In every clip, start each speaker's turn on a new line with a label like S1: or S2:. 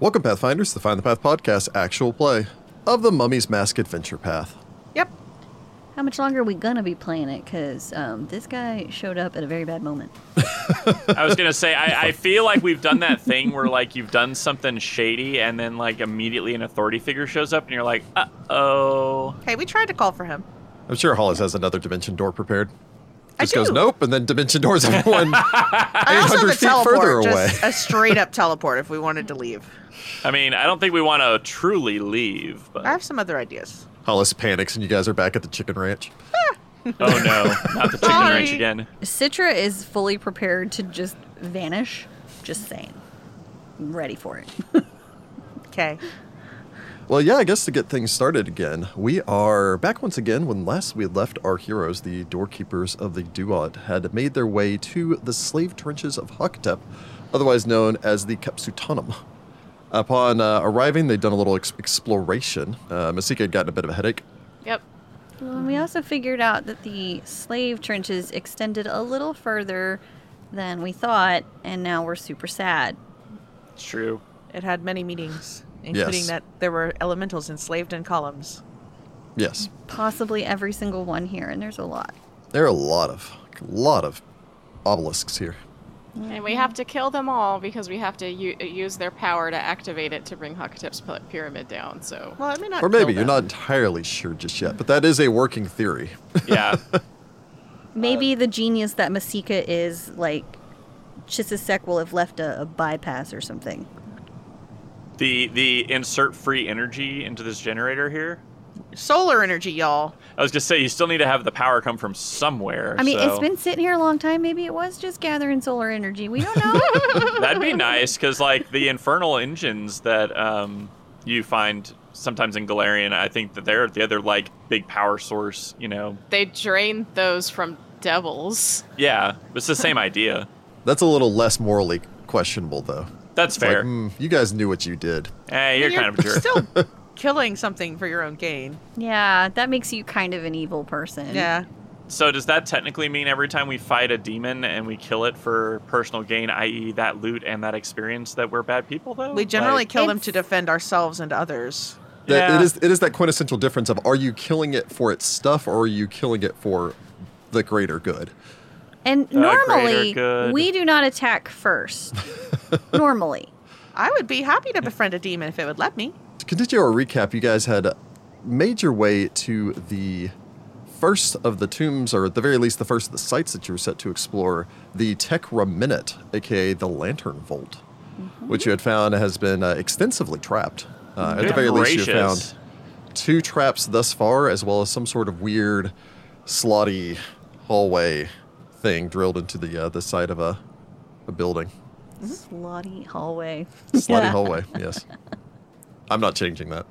S1: Welcome, Pathfinders, to the Find the Path podcast actual play of the Mummy's Mask Adventure Path.
S2: Yep.
S3: How much longer are we gonna be playing it? Because um, this guy showed up at a very bad moment.
S4: I was gonna say I, I feel like we've done that thing where like you've done something shady and then like immediately an authority figure shows up and you're like, uh oh.
S2: Hey, we tried to call for him.
S1: I'm sure Hollis has another dimension door prepared.
S2: I
S1: Just goes,
S2: do.
S1: nope, and then dimension doors everyone
S2: I also
S1: 800
S2: have a
S1: feet
S2: teleport,
S1: further
S2: just a straight up teleport if we wanted to leave.
S4: I mean, I don't think we want to truly leave, but
S2: I have some other ideas.
S1: Hollis panics, and you guys are back at the chicken ranch.
S4: oh no, not the chicken
S2: Sorry.
S4: ranch again.
S3: Citra is fully prepared to just vanish. Just saying. I'm ready for it.
S2: Okay.
S1: Well, yeah, I guess to get things started again, we are back once again when last we left our heroes, the doorkeepers of the Duat, had made their way to the slave trenches of Hakatep, otherwise known as the Kepsutanum. Upon uh, arriving, they'd done a little ex- exploration. Uh, Masika had gotten a bit of a headache.
S5: Yep.
S3: Well, and we also figured out that the slave trenches extended a little further than we thought, and now we're super sad.
S4: It's true.
S2: It had many meanings, including
S1: Yes.
S2: that there were elementals enslaved in columns.
S1: Yes,
S3: Possibly every single one here, and there's a lot.
S1: there are a lot of, lot of obelisks here.
S5: And we have to kill them all because we have to u- use their power to activate it to bring Hakatep's py- pyramid down. So
S2: Well, I may not.
S1: Or maybe
S2: kill
S1: you're
S2: them.
S1: not entirely sure just yet, but that is a working theory.
S4: Yeah.
S3: Maybe the genius that Masika is, like, Chisisek will have left a, a bypass or something.
S4: the the insert free energy into this generator here.
S2: Solar energy, y'all.
S4: I was gonna say you still need to have the power come from somewhere.
S3: I mean,
S4: so-
S3: it's been sitting here a long time. Maybe it was just gathering solar energy. We don't know.
S4: That'd be nice because, like, the infernal engines that um, you find sometimes in Galarian, I think that they're the other like big power source. You know,
S5: they drained those from devils.
S4: yeah, it's the same idea.
S1: That's a little less morally questionable, though.
S4: That's
S1: It's like,
S4: fair.
S1: "Mm, you guys knew what you did.
S4: hey, you're, kind of a jerk.
S2: Still killing something for your own gain.
S3: yeah, that makes you kind of an evil person.
S2: Yeah.
S4: so, does that technically mean every time we fight a demon and we kill it for personal gain, i.e., that loot and that experience, that we're bad people? Though
S2: We generally
S4: Like,
S2: kill them
S3: It's-
S2: to defend ourselves and others.
S1: That
S4: Yeah.
S1: it is it is that quintessential difference of are you killing it for its stuff or are you killing it for the greater good?
S3: And
S4: The greater
S3: normally,
S4: good.
S3: we do not attack first. normally.
S2: I would be happy to befriend a demon if it would let me.
S1: To continue our recap, you guys had made your way to the first of the tombs, or at the very least, the first of the sites that you were set to explore, the Tekra Minute, aka the Lantern Vault, which you had found has been uh, extensively trapped. Uh, at the
S4: Good
S1: very least, you
S4: gracious.
S1: found two traps thus far, as well as some sort of weird, slotty hallway thing drilled into the uh, the side of a, a building.
S3: Slutty hallway.
S1: Slotty
S3: Yeah.
S1: hallway, yes. I'm not changing that.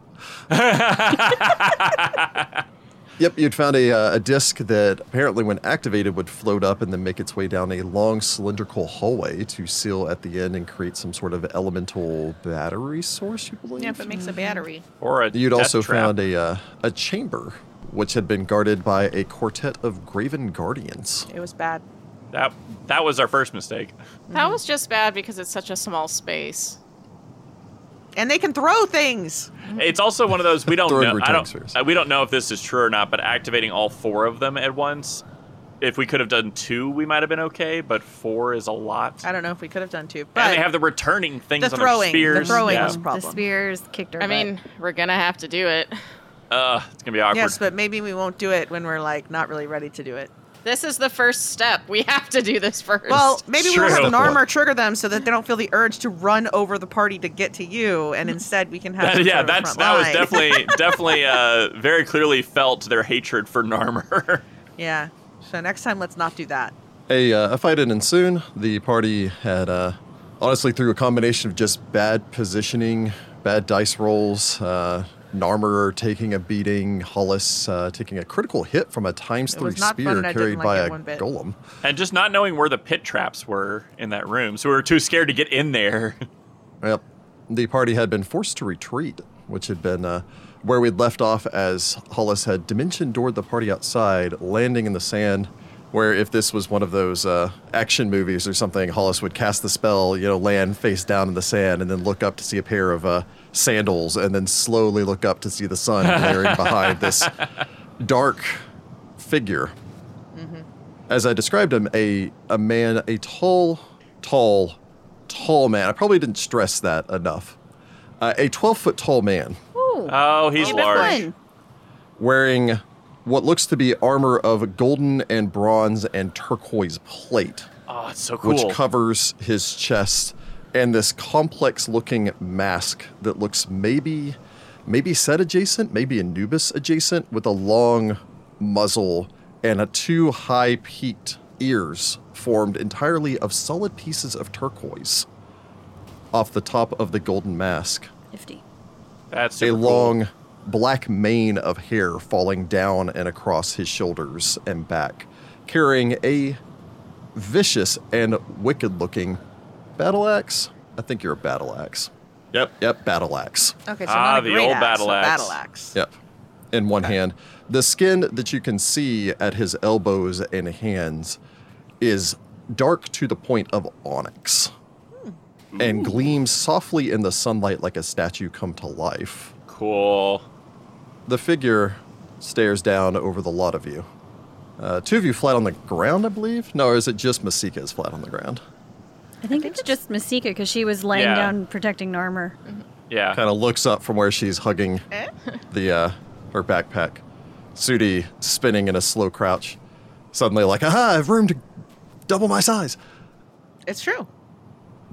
S1: yep, you'd found a, uh, a disc that apparently, when activated, would float up and then make its way down a long cylindrical hallway to seal at the end and create some sort of elemental battery source, you believe?
S2: Yeah, if it makes a battery.
S4: or a
S1: You'd
S4: death
S1: also
S4: trap.
S1: found a, uh, a chamber, which had been guarded by a quartet of graven guardians.
S2: It was bad.
S4: that that was our first mistake.
S5: That was just bad because it's such a small space.
S2: And they can throw things.
S4: Mm-hmm. It's also one of those we don't
S1: Third
S4: know. I
S1: return
S4: don't,
S1: service.
S4: uh, we don't know if this is true or not, but activating all four of them at once. If we could have done two, we might have been okay, but four is a lot.
S2: I don't know if we could have done two, but
S4: And they have the returning things
S2: the
S4: on their
S2: throwing- the
S4: spears.
S2: throwing
S4: yeah.
S2: was- problem.
S3: The spears kicked her.
S5: I mean, we're gonna have to do it.
S4: Ugh, it's gonna be awkward.
S2: yes, but maybe we won't do it when we're like not really ready to do it.
S5: This is the first step. We have to do this first.
S2: Well, maybe
S4: Sure.
S2: we'll have
S4: Step
S2: Narmer
S1: one.
S2: trigger them so that they don't feel the urge to run over the party to get to you, and instead we can have.
S4: Mm. That-
S2: some
S4: yeah,
S2: sort of
S4: that's
S2: front
S4: that was
S2: line.
S4: definitely definitely uh, very clearly felt their hatred for Narmer.
S2: Yeah. So next time, let's not do that.
S1: A, uh, a fight had ensued. The party had, uh, honestly, through a combination of just bad positioning, bad dice rolls, uh, Narmer taking a beating, Hollis uh, taking a critical hit from a times
S2: It
S1: three
S2: was not fun
S1: spear
S2: and I
S1: carried
S2: didn't like
S1: by
S2: it
S1: a
S2: one bit.
S1: golem.
S4: and just not knowing where the pit traps were in that room, so we were too scared to get in there.
S1: Yep. The party had been forced to retreat, which had been uh, where we'd left off as Hollis had dimension doored the party outside, landing in the sand Where if this was one of those uh, action movies or something, Hollis would cast the spell, you know, land face down in the sand, and then look up to see a pair of uh, sandals, and then slowly look up to see the sun glaring behind this dark figure as I described him, a a man, a tall, tall, tall man. I probably didn't stress that enough. Uh, a 12 foot tall man
S3: Ooh,
S4: Oh, he's
S3: keep it
S4: large.
S3: fun.
S1: wearing what looks to be armor of golden and bronze and turquoise plate,
S4: Oh, it's so cool.
S1: which covers his chest, and this complex looking mask that looks maybe maybe Set adjacent, maybe Anubis adjacent, with a long muzzle and a two high peaked ears formed entirely of solid pieces of turquoise off the top of the golden mask
S3: Nifty.
S4: That's
S1: a
S4: super cool.
S1: long black mane of hair falling down and across his shoulders and back, carrying a vicious and wicked looking battle axe. I think you're a battle axe. Yep. Yep, battle axe.
S2: Okay, so
S4: Ah,
S2: not a
S4: the
S2: great
S4: old
S2: axe,
S4: battle
S2: a
S4: axe.
S2: battle axe.
S1: Yep. In one hand. The skin that you can see at his elbows and hands is dark to the point of onyx and gleams softly in the sunlight like a statue come to life.
S4: Cool.
S1: The figure stares down over the lot of you. Uh, two of you flat on the ground, I believe. No, or is it just Masika is flat on the ground?
S3: I think it's just Masika because she was laying
S4: Yeah.
S3: down protecting Narmer.
S4: Yeah.
S1: Kind of looks up from where she's hugging
S2: Eh?
S1: the uh, her backpack. Sudi spinning in a slow crouch. Suddenly, like, aha, I have room to double my size.
S2: It's true.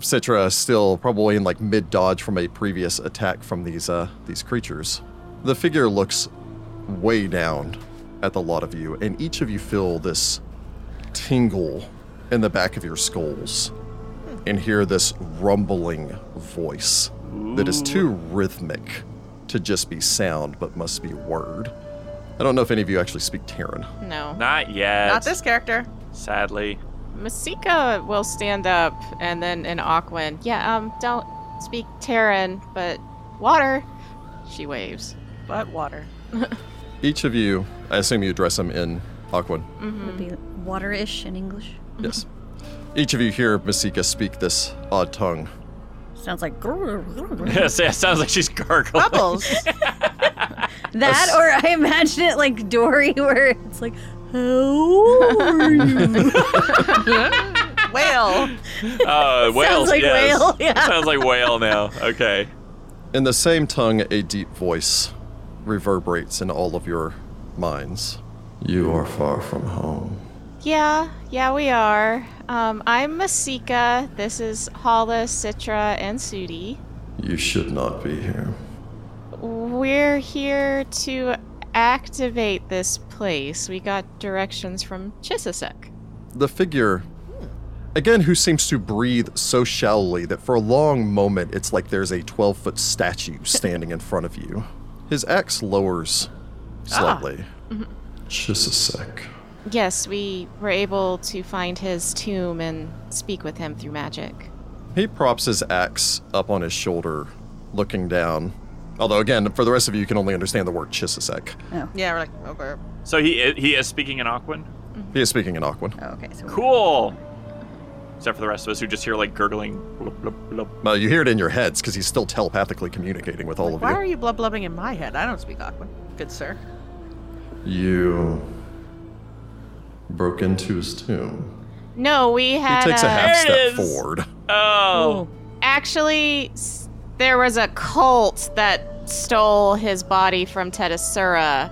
S1: Citra still probably in like mid dodge from a previous attack from these uh, these creatures. The figure looks way down at the lot of you, and each of you feel this tingle in the back of your skulls and hear this rumbling voice that is too rhythmic to just be sound but must be word. I don't know if any of you actually speak Terran.
S5: No.
S4: Not yet.
S2: Not this character.
S4: Sadly.
S5: Masika will stand up, and then in Aquan, yeah, um, don't speak Terran, but water. She waves.
S2: But water.
S1: Each of you, I assume you address him in Aquan.
S3: Would be water-ish in English.
S1: Yes. Each of you hear Masika speak this odd tongue.
S3: Sounds like grrr, grrr, grrr.
S4: Yes, yeah, sounds like she's gargling.
S2: Bubbles.
S3: that,
S1: That's-
S3: or I imagine it like Dory, where it's like, "How are you?"
S2: Whale.
S4: Uh, whale.
S3: like
S4: yes.
S3: whale, yeah.
S4: Sounds like whale now. Okay.
S1: In the same tongue, a deep voice reverberates in all of your minds. You are far from home.
S5: Yeah, yeah, we are. Um, I'm Masika. This is Hollis, Citra, and Sudi.
S1: You should not be here.
S5: We're here to activate this place. We got directions from Chisisek.
S1: The figure, again, who seems to breathe so shallowly that for a long moment it's like there's a 12 foot statue standing in front of you. His axe lowers slightly. Just a sec.
S5: Yes, we were able to find his tomb and speak with him through magic.
S1: He props his axe up on his shoulder, looking down. Although, again, for the rest of you, you can only understand the word Chisisek.
S2: Yeah, we're like, okay.
S4: So he i- he is speaking in Aquan.
S1: He is speaking in Aquan.
S3: Oh, okay, so
S4: Cool. Except for the rest of us who just hear like gurgling. Blub, blub, blub.
S1: Well, you hear it in your heads because he's still telepathically communicating with all
S2: Like,
S1: of
S2: why are you blub blubbing in my head? I don't speak Aquan. Good sir.
S1: you. You broke into his tomb.
S5: No, we
S1: He
S5: had
S1: takes a half
S4: There it
S1: step
S4: is.
S1: forward.
S4: Oh.
S5: actually s- there was a cult that stole his body from Tedasura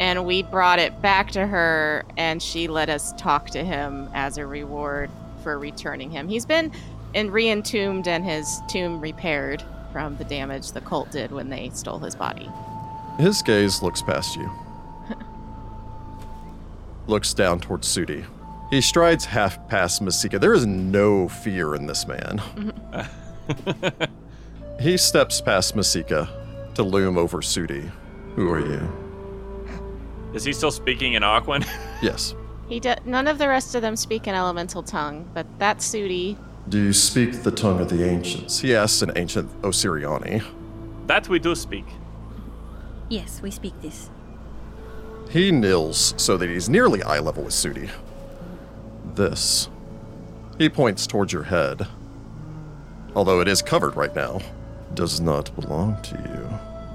S5: and we brought it back to her and she let us talk to him as a reward for returning him. He's been in re-entombed and his tomb repaired from the damage the cult did when they stole his body.
S1: His gaze looks past you, looks down towards Sudi. He strides half past Masika. There is no fear in this man. he steps past Masika to loom over Sudi. Who are you?
S4: Is he still speaking in Aquan?
S1: Yes.
S5: He do- none of the rest of them speak an elemental tongue, but that's Sudi.
S1: Do you speak the tongue of the ancients? He asks an ancient Osiriani.
S4: that we do speak.
S3: yes, we speak this.
S1: He kneels so that he's nearly eye level with Sudi. this. He points towards your head. Although it is covered right now, does not belong to you.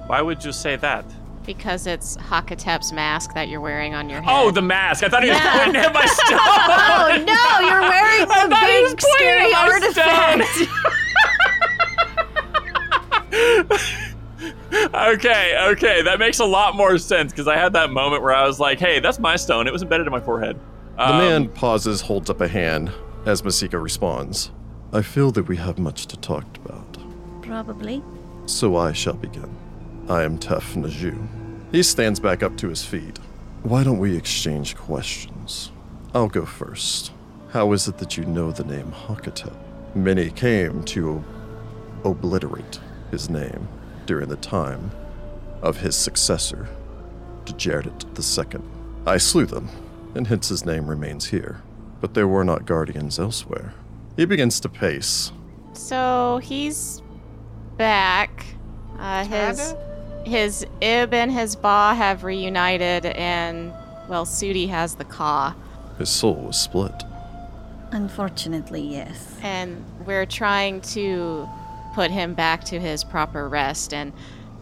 S4: Why would you say that?
S5: Because it's Hakatep's mask that you're wearing on your head.
S4: Oh, the mask. I thought he was
S3: Yeah.
S4: pointing at my
S3: Oh
S4: stone.
S3: no, you're wearing
S4: I
S3: the
S4: thought he was
S3: big
S4: pointing at
S3: scary
S4: my
S3: artifact.
S4: okay, okay, that makes a lot more sense because I had that moment where I was like, "Hey, that's my stone. It was embedded in my forehead."
S1: The
S4: Um,
S1: man pauses, holds up a hand as Masika responds. I feel that we have much to talk about.
S3: Probably.
S1: So I shall begin. I am Tef Naju. He stands back up to his feet. Why don't we exchange questions? I'll go first. How is it that you know the name Hakatep? Many came to obliterate his name during the time of his successor, Djerdit II. I slew them, and hence his name remains here. But there were not guardians elsewhere. He begins to pace,
S5: So he's back. Uh, his his Ib and his Ba have reunited, and well, Sudi has the Ka,
S1: his soul was split.
S3: Unfortunately, yes.
S5: and we're trying to put him back to his proper rest. And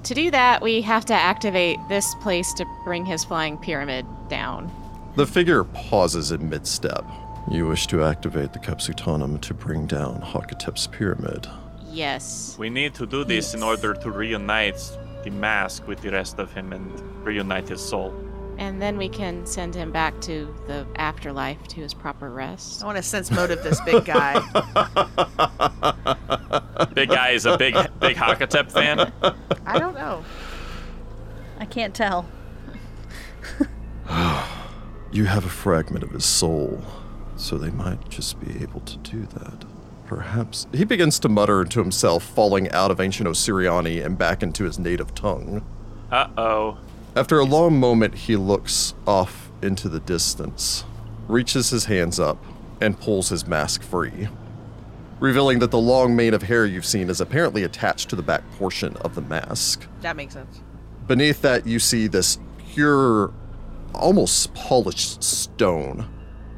S5: to do that, we have to activate this place to bring his flying pyramid down.
S1: The figure pauses in mid step. You wish to activate the Capsutanum to bring down Hakatep's pyramid.
S5: Yes.
S4: we need to do this in
S3: Yes.
S4: order to reunite the mask with the rest of him and reunite his soul.
S5: And then we can send him back to the afterlife to his proper rest.
S2: I want to sense motive this big guy.
S4: Big guy is a big, big Hakatep fan.
S2: I don't know.
S3: I can't tell.
S1: You have a fragment of his soul, so they might just be able to do that. Perhaps. He begins to mutter to himself, falling out of ancient Osiriani and back into his native tongue.
S4: Uh oh.
S1: After a long moment, he looks off into the distance, reaches his hands up, and pulls his mask free, revealing that the long mane of hair you've seen is apparently attached to the back portion of the mask.
S2: That makes sense.
S1: Beneath that, you see this pure, almost polished stone.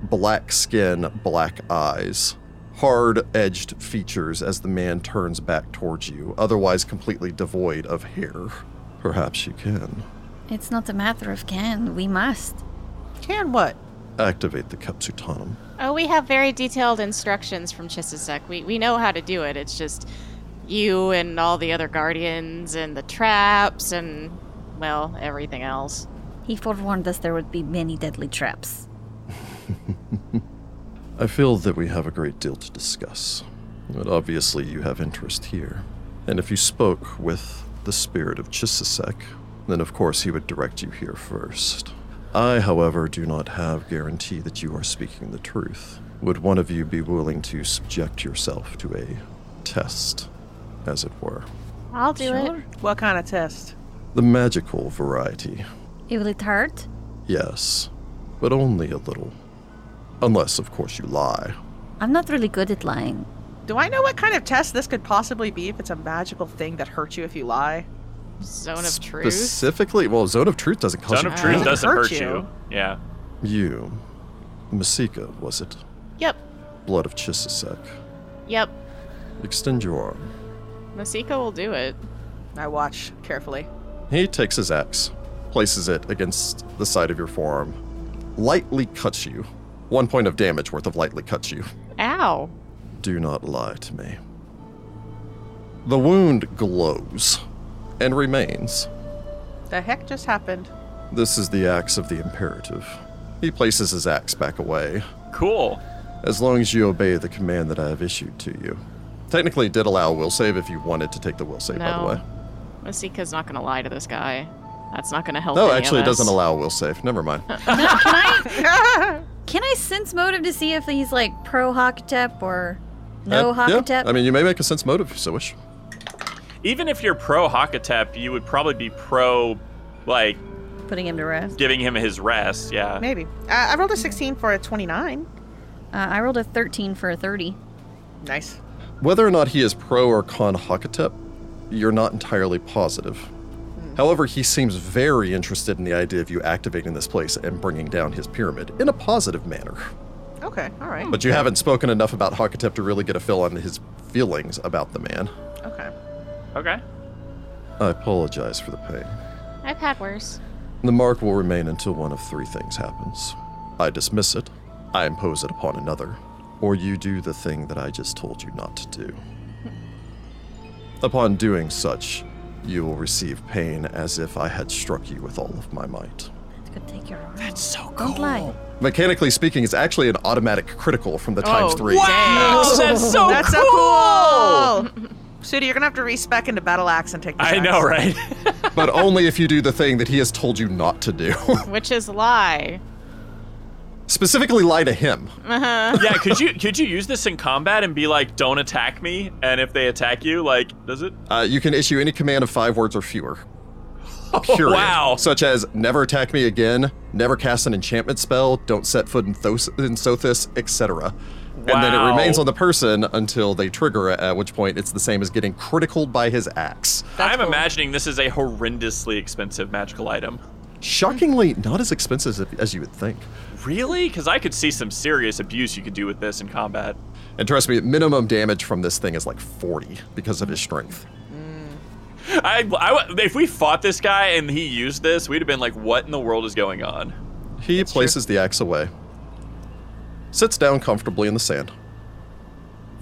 S1: Black skin, black eyes, hard edged features as the man turns back towards you, otherwise completely devoid of hair. Perhaps you can
S3: It's not a matter of can. We must.
S2: Can what?
S1: activate the Capsutanum.
S5: Oh, we have very detailed instructions from Chisisek. We we know how to do it. It's just you and all the other guardians and the traps and well, everything else.
S3: He forewarned us there would be many deadly traps.
S1: I feel that we have a great deal to discuss, but obviously you have interest here. And if you spoke with the spirit of Chisisek, then of course he would direct you here first. I, however, do not have guarantee that you are speaking the truth. Would one of you be willing to subject yourself to a test, as it were?
S5: I'll do it.
S2: What kind of test?
S1: The magical variety,
S3: It will it hurt?
S1: yes, but only a little. Unless, of course, you lie.
S3: I'm not really good at lying.
S2: Do I know what kind of test this could possibly be if it's a magical thing that hurts you if you lie?
S5: Zone of truth.
S1: Specifically, well, Zone of Truth doesn't cause
S4: Zone of
S1: you
S4: Truth
S1: pain.
S4: doesn't
S2: Hurt
S4: hurt you.
S2: you.
S4: Yeah.
S1: You, Masika, was it?
S5: Yep.
S1: Blood of Chisisek.
S5: Yep.
S1: Extend your arm.
S5: Masika will do it.
S2: I watch carefully.
S1: He takes his axe, places it against the side of your forearm, lightly cuts you. One point of damage worth of lightly cuts you.
S5: Ow.
S1: Do not lie to me. The wound glows and remains.
S2: The heck just happened?
S1: This is the axe of the imperative. He places his axe back away,
S4: Cool.
S1: As long as you obey the command that I have issued to you. Technically, it did allow a will save if you wanted to take the will save, by the
S5: No.
S1: way.
S5: Masika's not gonna lie to this guy. That's not gonna help.
S1: No,
S5: any of
S1: actually, it
S5: us.
S1: doesn't allow a will save. Never mind.
S3: Can I sense motive to see if he's like pro Hakatep or no
S1: Uh, yeah,
S3: Hakatep?
S1: I mean, you may make a sense motive if you so wish.
S4: Even if you're pro Hakatep, you would probably be pro, like,
S3: putting him to rest.
S4: giving him his rest. Yeah.
S2: Maybe. Uh, I, I rolled a 16 for a 29.
S3: Uh, I rolled a 13 for a 30.
S2: Nice.
S1: Whether or not he is pro or con Hakatep, you're not entirely positive.
S5: Hmm.
S1: However, he seems very interested in the idea of you activating this place and bringing down his pyramid in a positive manner.
S2: okay. All right.
S1: But you haven't spoken enough about Hakatep to really get a feel on his feelings about the man.
S2: Okay.
S4: Okay.
S1: I apologize for the pain.
S5: I've had worse.
S1: The mark will remain until one of three things happens I dismiss it, I impose it upon another, or you do the thing that I just told you not to do. Upon doing such, you will receive pain as if I had struck you with all of my might.
S3: It's gonna take your arm.
S4: That's so cool.
S3: Don't lie.
S1: Mechanically speaking, it's actually an automatic critical from the times
S5: Oh,
S1: three.
S4: Wow, that's so
S2: That's
S4: cool.
S2: so cool. Sudi, you're gonna have to respec into battle axe and take. The
S4: I
S2: axe.
S4: know, right?
S1: But only if you do the thing that he has told you not to do.
S5: Which is lie.
S1: Specifically, lie to him.
S4: yeah, could you could you use this in combat and be like, "Don't attack me," and if they attack you, like, does it?
S1: Uh, you can issue any command of five words or fewer. Period.
S4: wow.
S1: Such as never attack me again, never cast an enchantment spell, don't set foot in, Thos- in Sothis, etc. And then it
S4: Wow.
S1: remains on the person until they trigger it, at which point it's the same as getting critical by his axe.
S4: I'm imagining this is a horrendously expensive magical item.
S1: Shockingly, not as expensive as- as you would think.
S4: Really? Because I could see some serious abuse you could do with this in combat.
S1: And trust me, minimum damage from this thing is like 40 because of his strength.
S4: I, I w- if we fought this guy and he used this, we'd have been like, "What in the world is going on?"
S1: He places the axe away, sits down comfortably in the sand,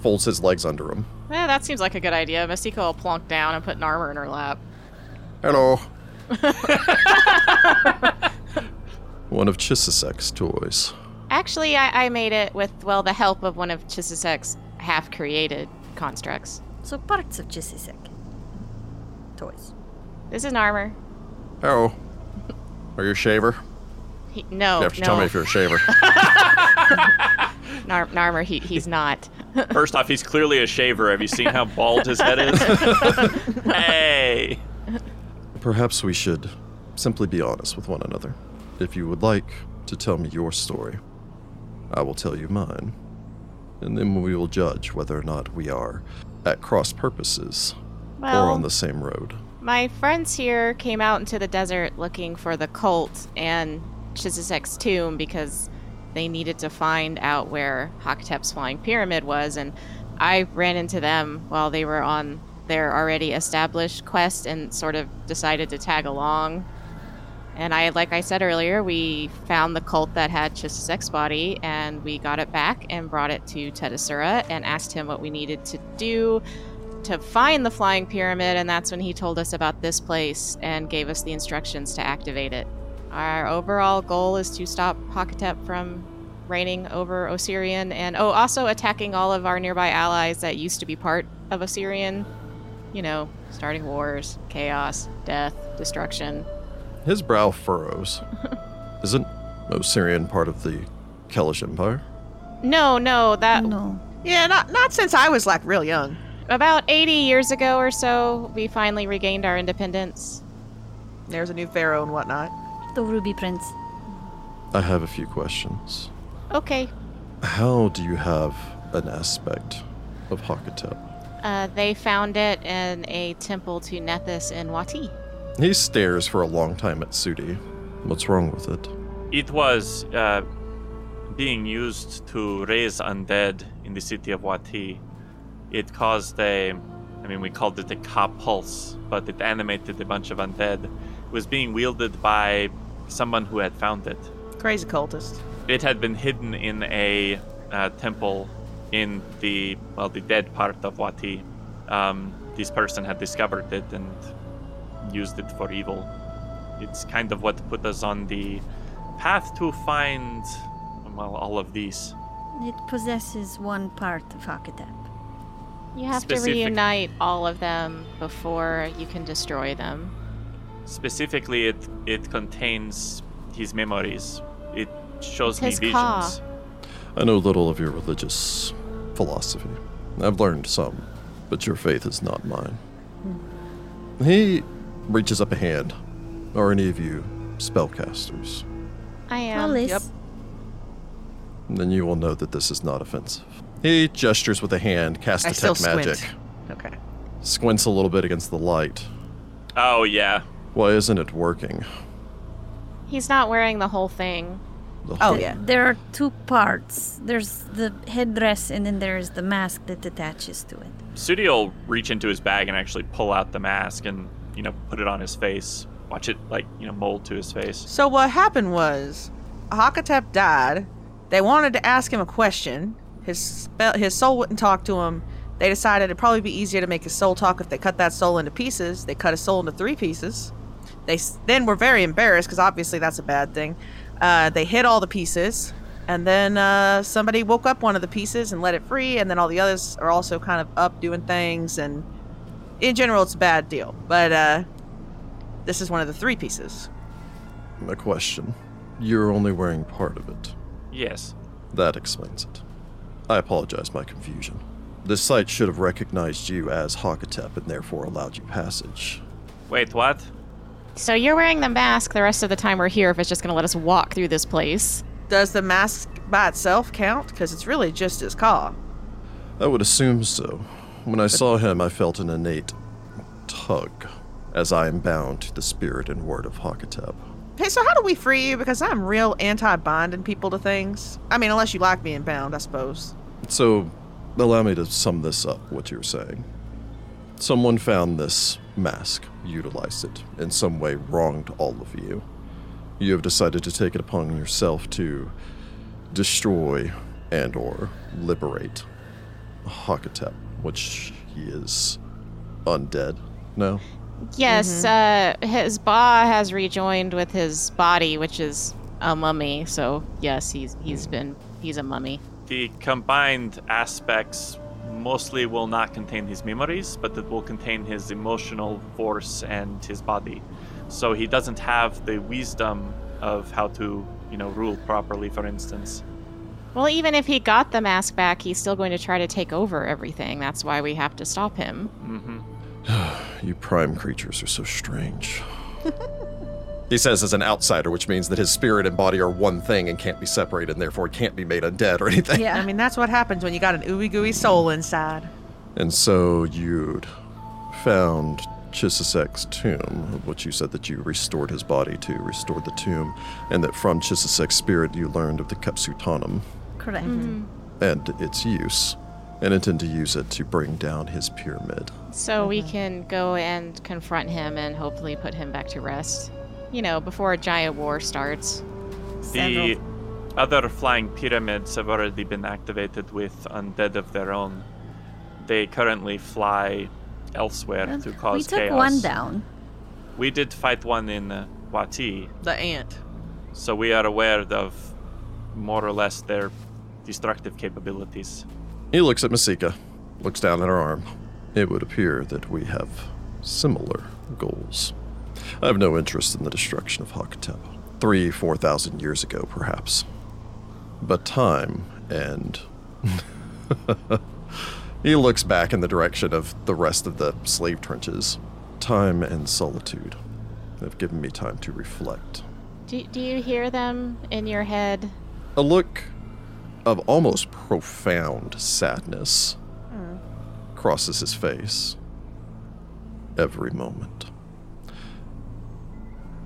S1: folds his legs under him.
S5: Eh, that seems like a good idea. Mystica will plonk down and put an armor in her lap.
S1: Hello. One of Chisisek's toys.
S5: Actually, I, I made it with, well, the help of one of Chisisek's half created constructs.
S3: So parts of Jisisek. Toys.
S5: This is an armor.
S1: Hello. Are you a shaver?
S5: He, no,
S1: you have to
S5: Oh, no.
S1: tell me if you're a shaver.
S5: an ar- an armor, he, he's not.
S4: First off, he's clearly a shaver. Have you seen how bald his head is? hey.
S1: Perhaps we should simply be honest with one another. If you would like to tell me your story, I will tell you mine. And then we will judge whether or not we are at cross purposes or
S5: Well-
S1: on the same road.
S5: My friends here came out into the desert looking for the cult and Chizisek's tomb because they needed to find out where Hakhtep's flying pyramid was, and I ran into them while they were on their already established quest and sort of decided to tag along. And I, like I said earlier, we found the cult that had Chizisek's body, and we got it back and brought it to Tedasura and asked him what we needed to do to find the flying pyramid, and that's when he told us about this place and gave us the instructions to activate it. Our overall goal is to stop Hakatep from reigning over Osirian and, oh, also attacking all of our nearby allies that used to be part of Osirian. You know, starting wars, chaos, death, destruction.
S1: His brow furrows. Isn't Osirian part of the Kellish Empire?
S5: No, no, that
S3: No.
S2: Yeah, not not since I was like real young.
S5: about 80 years ago or so, we finally regained our independence.
S2: There's a new pharaoh and whatnot.
S3: The Ruby Prince.
S1: I have a few questions.
S5: Okay,
S1: How do you have an aspect of Hakatep?
S5: uh, they found it in a temple to Nethys in Wati.
S1: He stares for a long time at Sudi. What's wrong with it?
S4: It was uh, being used to raise undead in the city of Wati. It caused a, I mean, we called it a ka pulse, but it animated a bunch of undead. It was being wielded by someone who had found it.
S2: Crazy cultist.
S4: It had been hidden in a uh, temple in the well, the dead part of Wati. Um, this person had discovered it and used it for evil. It's kind of what put us on the path to find well all of these.
S3: It possesses one part of Hakatep.
S5: You have
S4: Specific-
S5: to reunite all of them before you can destroy them.
S4: Specifically, it it contains his memories. It shows
S5: It's
S4: me
S5: his
S4: visions.
S5: ka.
S1: I know little of your religious philosophy. I've learned some, but your faith is not mine. He reaches up a hand. Are any of you spellcasters?
S5: I am.
S3: Alice.
S2: yep.
S1: Then you will know that this is not offensive. He gestures with a hand, cast
S2: I still
S1: detect magic,
S2: squint. Okay.
S1: squints a little bit against the light.
S4: Oh yeah,
S1: Why isn't it working?
S5: He's not wearing the whole thing.
S1: The
S2: Oh,
S1: hood.
S2: yeah.
S3: There are two parts. There's the headdress, and then there is the mask that attaches to it.
S4: Sudi will reach into his bag and actually pull out the mask and, you know, put it on his face. Watch it, like, you know, mold to his face.
S2: So what happened was, Hakatep died. They wanted to ask him a question. His spell, his soul wouldn't talk to him. They decided it'd probably be easier to make his soul talk if they cut that soul into pieces. They cut his soul into three pieces. They s- then were very embarrassed because obviously that's a bad thing. Uh, they hid all the pieces, and then uh, somebody woke up one of the pieces and let it free. And then all the others are also kind of up doing things. And in general, it's a bad deal. But uh, this is one of the three pieces.
S1: A question. You're only wearing part of it.
S4: Yes.
S1: That explains it. I apologize my confusion. The site should have recognized you as Hakatep and therefore allowed you passage.
S4: Wait, what?
S5: So you're wearing the mask the rest of the time we're here if it's just going to let us walk through this place.
S2: Does the mask by itself count? Because it's really just his car.
S1: I would assume so. When I saw him, I felt an innate tug, as I am bound to the spirit and word of Hakatep.
S2: Hey, so how do we free you? Because I'm real anti binding people to things. I mean, unless you like being bound, I suppose.
S1: So, allow me to sum this up what you're saying. Someone found this mask, utilized it, in some way wronged all of you. You have decided to take it upon yourself to destroy and or liberate Hakatep, which he is undead now.
S5: Yes, uh, his ba has rejoined with his body, which is a mummy. So yes, he's he's been he's a mummy.
S4: The combined aspects mostly will not contain his memories, but it will contain his emotional force and his body. So he doesn't have the wisdom of how to, you know, rule properly, for instance.
S5: Well, even if he got the mask back, he's still going to try to take over everything. That's why we have to stop him.
S4: hmm
S1: You prime creatures are so strange. he says as an outsider, which means that his spirit and body are one thing and can't be separated and therefore can't be made undead or anything.
S3: Yeah.
S2: I mean, that's what happens when you got an ooey gooey soul inside.
S1: And so you'd found Chisisek's tomb, of which you said that you restored his body to, restored the tomb, and that from Chisisek's spirit you learned of the Capsutanum
S3: Correct.
S1: and its use, and intend to use it to bring down his pyramid.
S5: So we can go and confront him and hopefully put him back to rest. You know, before a giant war starts.
S4: The
S3: Several-
S4: other flying pyramids have already been activated with undead of their own. They currently fly elsewhere
S3: Well,
S4: to cause
S3: we took
S4: chaos.
S3: one down.
S4: We did fight one in uh, Wati,
S2: The ant.
S4: so we are aware of more or less their destructive capabilities.
S1: He looks at Masika, looks down at her arm. It would appear that we have similar goals. I have no interest in the destruction of Hakatep. Three, four thousand years ago, perhaps. But time and. he looks back in the direction of the rest of the slave trenches. Time and solitude have given me time to reflect.
S5: Do, do you hear them in your head?
S1: A look of almost profound sadness crosses his face every moment.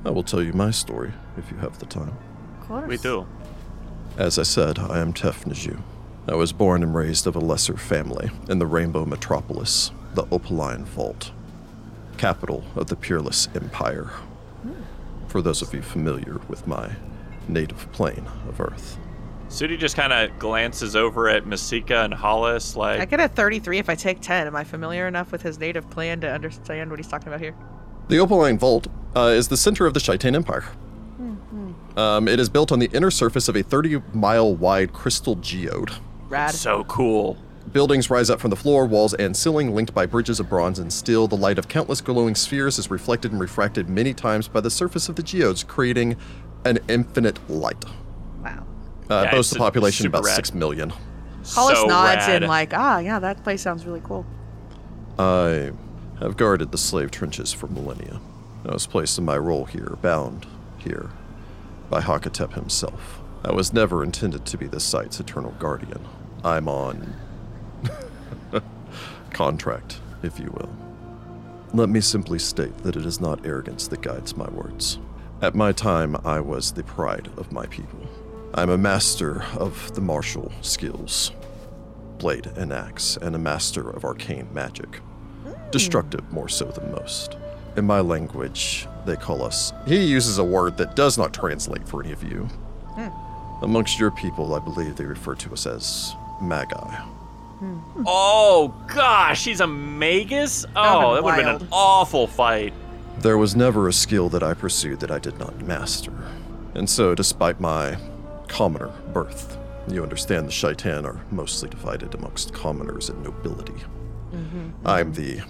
S1: I will tell you my story if you have the time.
S3: Of course.
S4: We do.
S1: As I said, I am Tefnaju. I was born and raised of a lesser family in the Rainbow Metropolis, the Opaline Vault, capital of the Peerless Empire. For those of you familiar with my native plane of Earth.
S4: Sudi just kind of glances over at Masika and Hollis, like,
S2: I get a 33 if I take 10. Am I familiar enough with his native plan to understand what he's talking about here?
S1: The Opaline Vault uh, is the center of the Shaitan Empire. Um, it is built on the inner surface of a 30 mile wide crystal geode.
S2: Rad.
S4: so cool.
S1: Buildings rise up from the floor, walls, and ceiling, linked by bridges of bronze and steel. The light of countless glowing spheres is reflected and refracted many times by the surface of the geodes, creating an infinite light.
S3: Wow.
S1: Uh,
S4: Yeah,
S1: boasts
S4: it's
S1: a
S4: a-
S1: population of
S4: super
S1: about
S4: rad.
S1: 6 million.
S2: Hollis
S4: so
S2: nods
S4: rad.
S2: and, like, ah, yeah, that place sounds really cool.
S1: I have guarded the slave trenches for millennia. I was placed in my role here, bound here, by Hakatep himself. I was never intended to be the site's eternal guardian. I'm on contract, if you will. Let me simply state that it is not arrogance that guides my words. At my time, I was the pride of my people. I'm a master of the martial skills, blade and axe, and a master of arcane magic. Destructive more so than most. In my language, they call us. He uses a word that does not translate for any of you. Amongst your people, I believe they refer to us as magi.
S4: Oh gosh, he's a magus.
S2: would've been
S4: Oh, that would have been
S2: wild.
S4: an awful fight.
S1: There was never a skill that I pursued that I did not master. And so, despite my commoner birth, you understand the Shaitan are mostly divided amongst commoners and nobility. I'm the.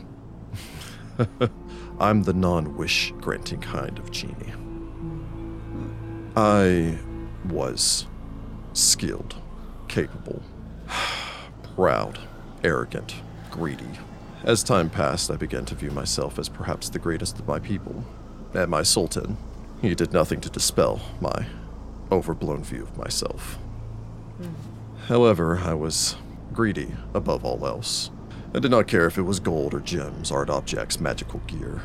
S1: I'm the non wish granting kind of genie. I was skilled, capable, proud, arrogant, greedy. As time passed, I began to view myself as perhaps the greatest of my people, and my sultan. He did nothing to dispel my overblown view of myself. However, I was greedy above all else. I did not care if it was gold or gems, art objects, magical gear.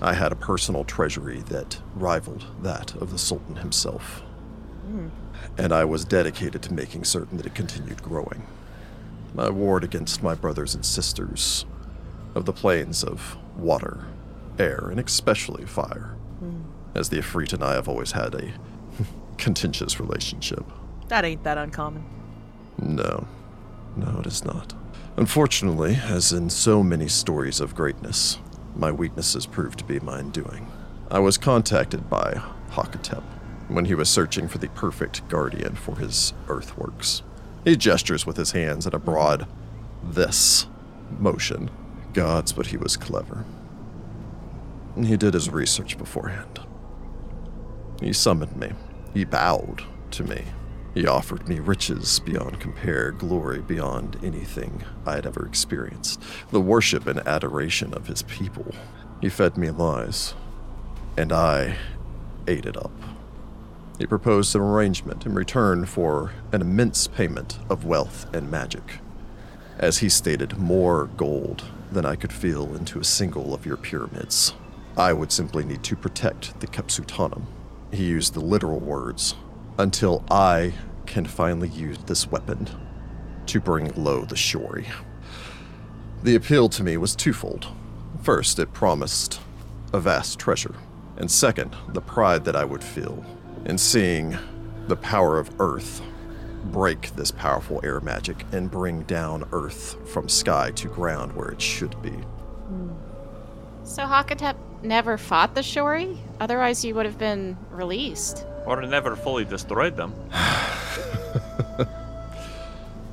S1: I had a personal treasury that rivaled that of the Sultan himself. And I was dedicated to making certain that it continued growing. I warred against my brothers and sisters of the plains of water, air, and especially fire, as the Ifrit and I have always had a contentious relationship.
S2: That ain't that uncommon.
S1: No, no, it is not. Unfortunately, as in so many stories of greatness, my weaknesses proved to be my undoing. I was contacted by Hakatep when he was searching for the perfect guardian for his earthworks. He gestures with his hands in a broad this motion. Gods, but he was clever. He did his research beforehand. He summoned me. He bowed to me. He offered me riches beyond compare, glory beyond anything I had ever experienced, the worship and adoration of his people. He fed me lies, and I ate it up. He proposed an arrangement in return for an immense payment of wealth and magic. As he stated, more gold than I could fill into a single of your pyramids. I would simply need to protect the Capsutanum. He used the literal words until I can finally use this weapon to bring low the Shori. The appeal to me was twofold. First, it promised a vast treasure, and second, the pride that I would feel in seeing the power of Earth break this powerful air magic and bring down Earth from sky to ground where it should be.
S5: So Hakatep never fought the Shori? Otherwise, you would have been released.
S4: Or never fully destroyed them.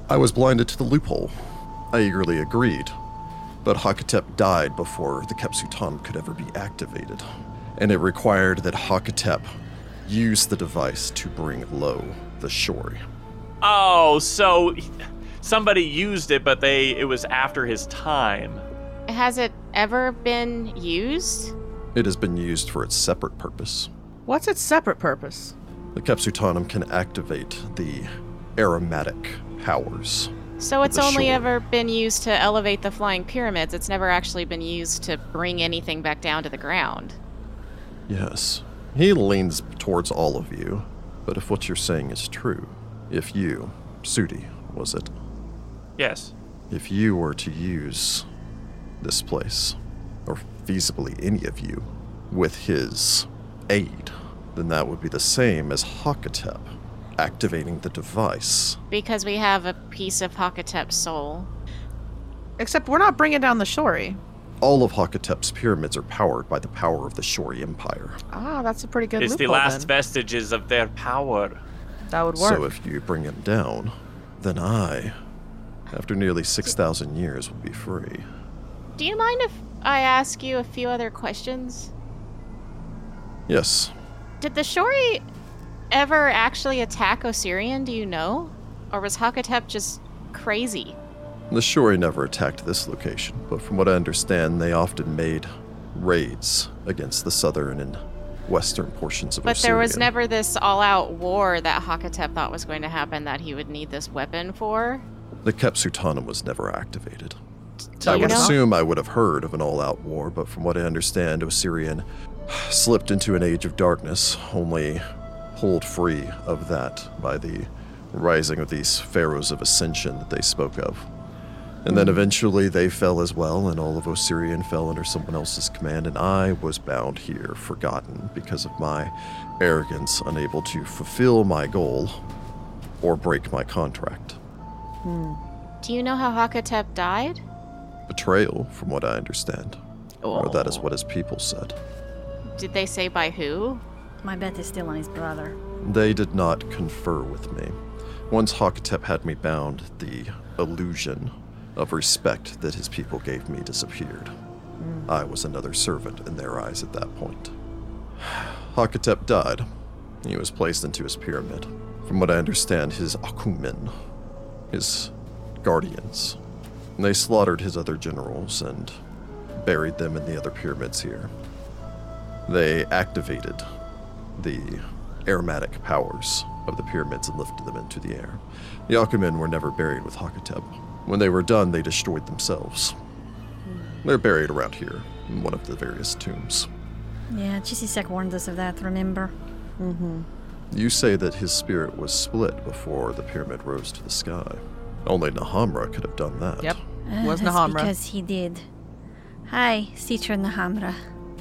S1: I was blinded to the loophole. I eagerly agreed, but Hakatep died before the Kepsutan could ever be activated, and it required that Hakatep use the device to bring low the Shori.
S4: Oh, so he- somebody used it, but they it was after his time.
S5: Has it ever been used?
S1: It has been used for its separate purpose.
S2: What's its separate purpose?
S1: The Kepsutanum can activate the aromatic powers.
S5: So it's
S1: The
S5: only
S1: Shori.
S5: ever been used to elevate the flying pyramids. It's never actually been used to bring anything back down to the ground.
S1: Yes. He leans towards all of you, but if what you're saying is true, if you, Sudi, was it,
S4: Yes.
S1: if you were to use this place, or feasibly any of you, with his aid, then that would be the same as Hakatep activating the device.
S5: Because we have a piece of Hakatep's soul.
S2: Except we're not bringing down the Shori.
S1: All of Hakatep's pyramids are powered by the power of the Shori Empire.
S2: Ah, that's a pretty good
S4: it's the
S2: loophole
S4: last
S2: then.
S4: vestiges of their power.
S2: That would work.
S1: So if you bring him down, then I, after nearly 6,000 years, will be free.
S5: Do you mind if I ask you a few other questions?
S1: Yes,
S5: Did the Shori ever actually attack Osirian? Do you know? Or was Hakatep just crazy?
S1: The Shuri never attacked this location, but from what I understand, they often made raids against the southern and western portions of
S5: But there was
S1: Osirian.
S5: never this all out war that Hakatep thought was going to happen that he would need this weapon for.
S1: The Kepsutanum was never activated.
S5: Do
S1: I
S5: you
S1: would
S5: know?
S1: assume I would have heard of an all out war, but from what I understand, Osirian slipped into an age of darkness, only pulled free of that by the rising of these pharaohs of ascension that they spoke of. And then eventually they fell as well, and all of Osirian fell under someone else's command, and I was bound here, forgotten, because of my arrogance, unable to fulfill my goal or break my contract.
S5: Do you know how Hakatep died?
S1: Betrayal, from what I understand. Or that is what his people said.
S5: Did they say by who?
S3: My bet is still on his brother.
S1: They did not confer with me. Once Hakatep had me bound, the illusion of respect that his people gave me disappeared. I was another servant in their eyes at that point. Hakatep died. He was placed into his pyramid. From what I understand, his Akumen, his guardians, they slaughtered his other generals and buried them in the other pyramids here. They activated the aromatic powers of the pyramids and lifted them into the air. The Akumen were never buried with Hakatep. When they were done, they destroyed themselves. They're buried around here in one of the various tombs.
S3: Yeah, Chisisek warned us of that, remember?
S1: You say that his spirit was split before the pyramid rose to the sky. Only Nahamra could have done that.
S2: Yep.
S3: Ah,
S2: was
S3: that's
S2: Nahamra.
S3: Because he did. Hi, Citra Nahamra.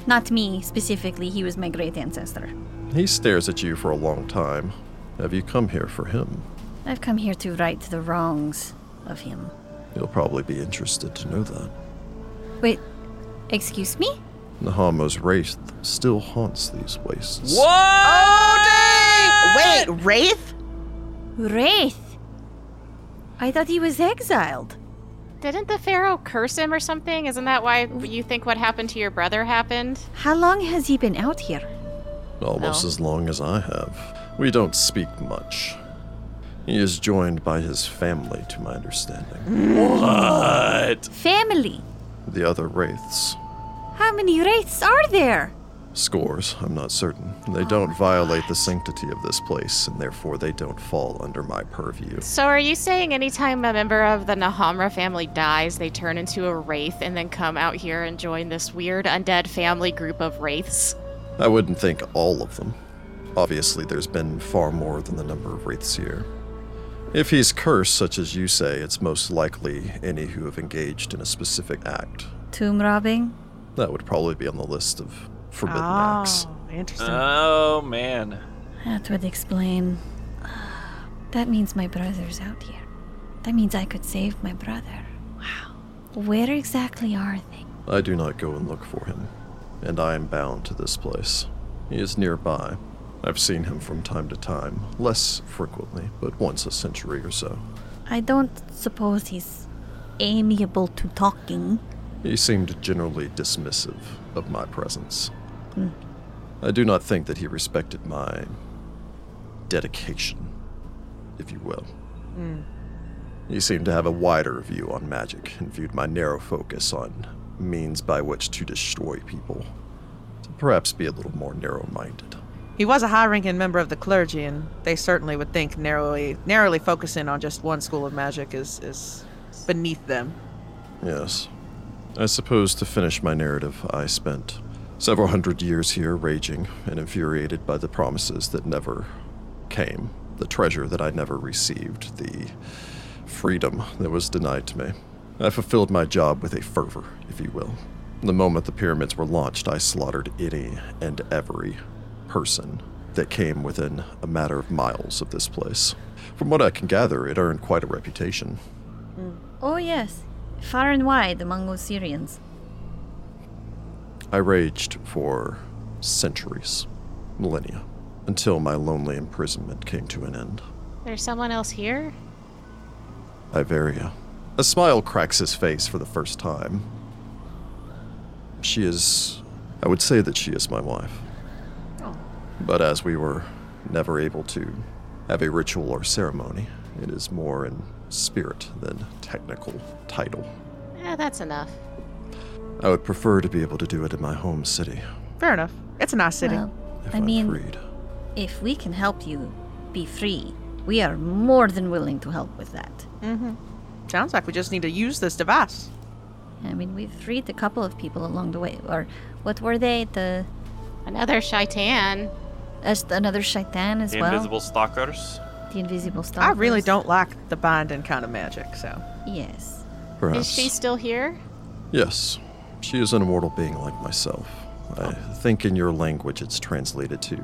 S3: Not me specifically, he was my great ancestor.
S1: He stares at you for a long time. Have you come here for him?
S3: I've come here to right the wrongs of him.
S1: He'll probably be interested to know that.
S3: Wait, excuse me?
S1: Nahamra's wraith still haunts these wastes.
S2: Wait, Wraith?
S3: Wraith! I thought he was exiled.
S5: Didn't the pharaoh curse him or something? Isn't that why you think what happened to your brother happened?
S3: How long has he been out here?
S1: Almost as long as I have. We don't speak much. He is joined by his family, to my understanding.
S4: What?
S3: Family!
S1: The other wraiths.
S3: How many wraiths are there?
S1: Scores, I'm not certain. They don't violate the sanctity of this place, and therefore they don't fall under my purview.
S5: So are you saying anytime a member of the Nahamra family dies, they turn into a wraith and then come out here and join this weird undead family group of wraiths?
S1: I wouldn't think all of them. Obviously, there's been far more than the number of wraiths here. If he's cursed, such as you say, it's most likely any who have engaged in a specific act.
S3: Tomb robbing?
S1: That would probably be on the list of forbidden acts.
S2: Oh, interesting.
S4: Oh man.
S3: That would explain. That means my brother's out here. That means I could save my brother. Wow. Where exactly are they?
S1: I do not go and look for him, and I am bound to this place. He is nearby. I've seen him from time to time, less frequently, but once a century or so.
S3: I don't suppose he's amiable to talking.
S1: He seemed generally dismissive of my presence. I do not think that he respected my dedication, if you will. He seemed to have a wider view on magic and viewed my narrow focus on means by which to destroy people to perhaps be a little more narrow minded.
S2: He was a high-ranking member of the clergy, and they certainly would think narrowly narrowly focusing on just one school of magic is is beneath them.
S1: Yes. I suppose to finish my narrative, I spent several hundred years here raging and infuriated by the promises that never came, the treasure that I never received, the freedom that was denied to me. I fulfilled my job with a fervor, if you will. The moment the pyramids were launched, I slaughtered any and every person that came within a matter of miles of this place. From what I can gather, it earned quite a reputation.
S3: Oh, yes. Far and wide among Osirians.
S1: I raged for centuries, millennia, until my lonely imprisonment came to an end.
S5: There's someone else here?
S1: Iveria. A smile cracks his face for the first time. She is. I would say that she is my wife. But as we were never able to have a ritual or ceremony, it is more in spirit than technical title.
S5: Eh, that's enough.
S1: I would prefer to be able to do it in my home city
S2: Fair enough. It's a nice city.
S3: Well,
S1: if
S3: I
S1: am
S3: mean,
S1: freed.
S3: if we can help you be free, we are more than willing to help with that.
S2: Sounds like we just need to use this device.
S3: I mean, we've freed a couple of people along the way. Or what were they? The
S5: Another Shaitan.
S3: That's another shaitan as
S4: The
S3: well.
S4: invisible stalkers.
S3: The invisible stuff.
S2: I really don't like the binding kind of magic, so.
S3: Yes.
S1: Perhaps.
S5: Is she still here?
S1: Yes. She is an immortal being like myself. I think in your language it's translated to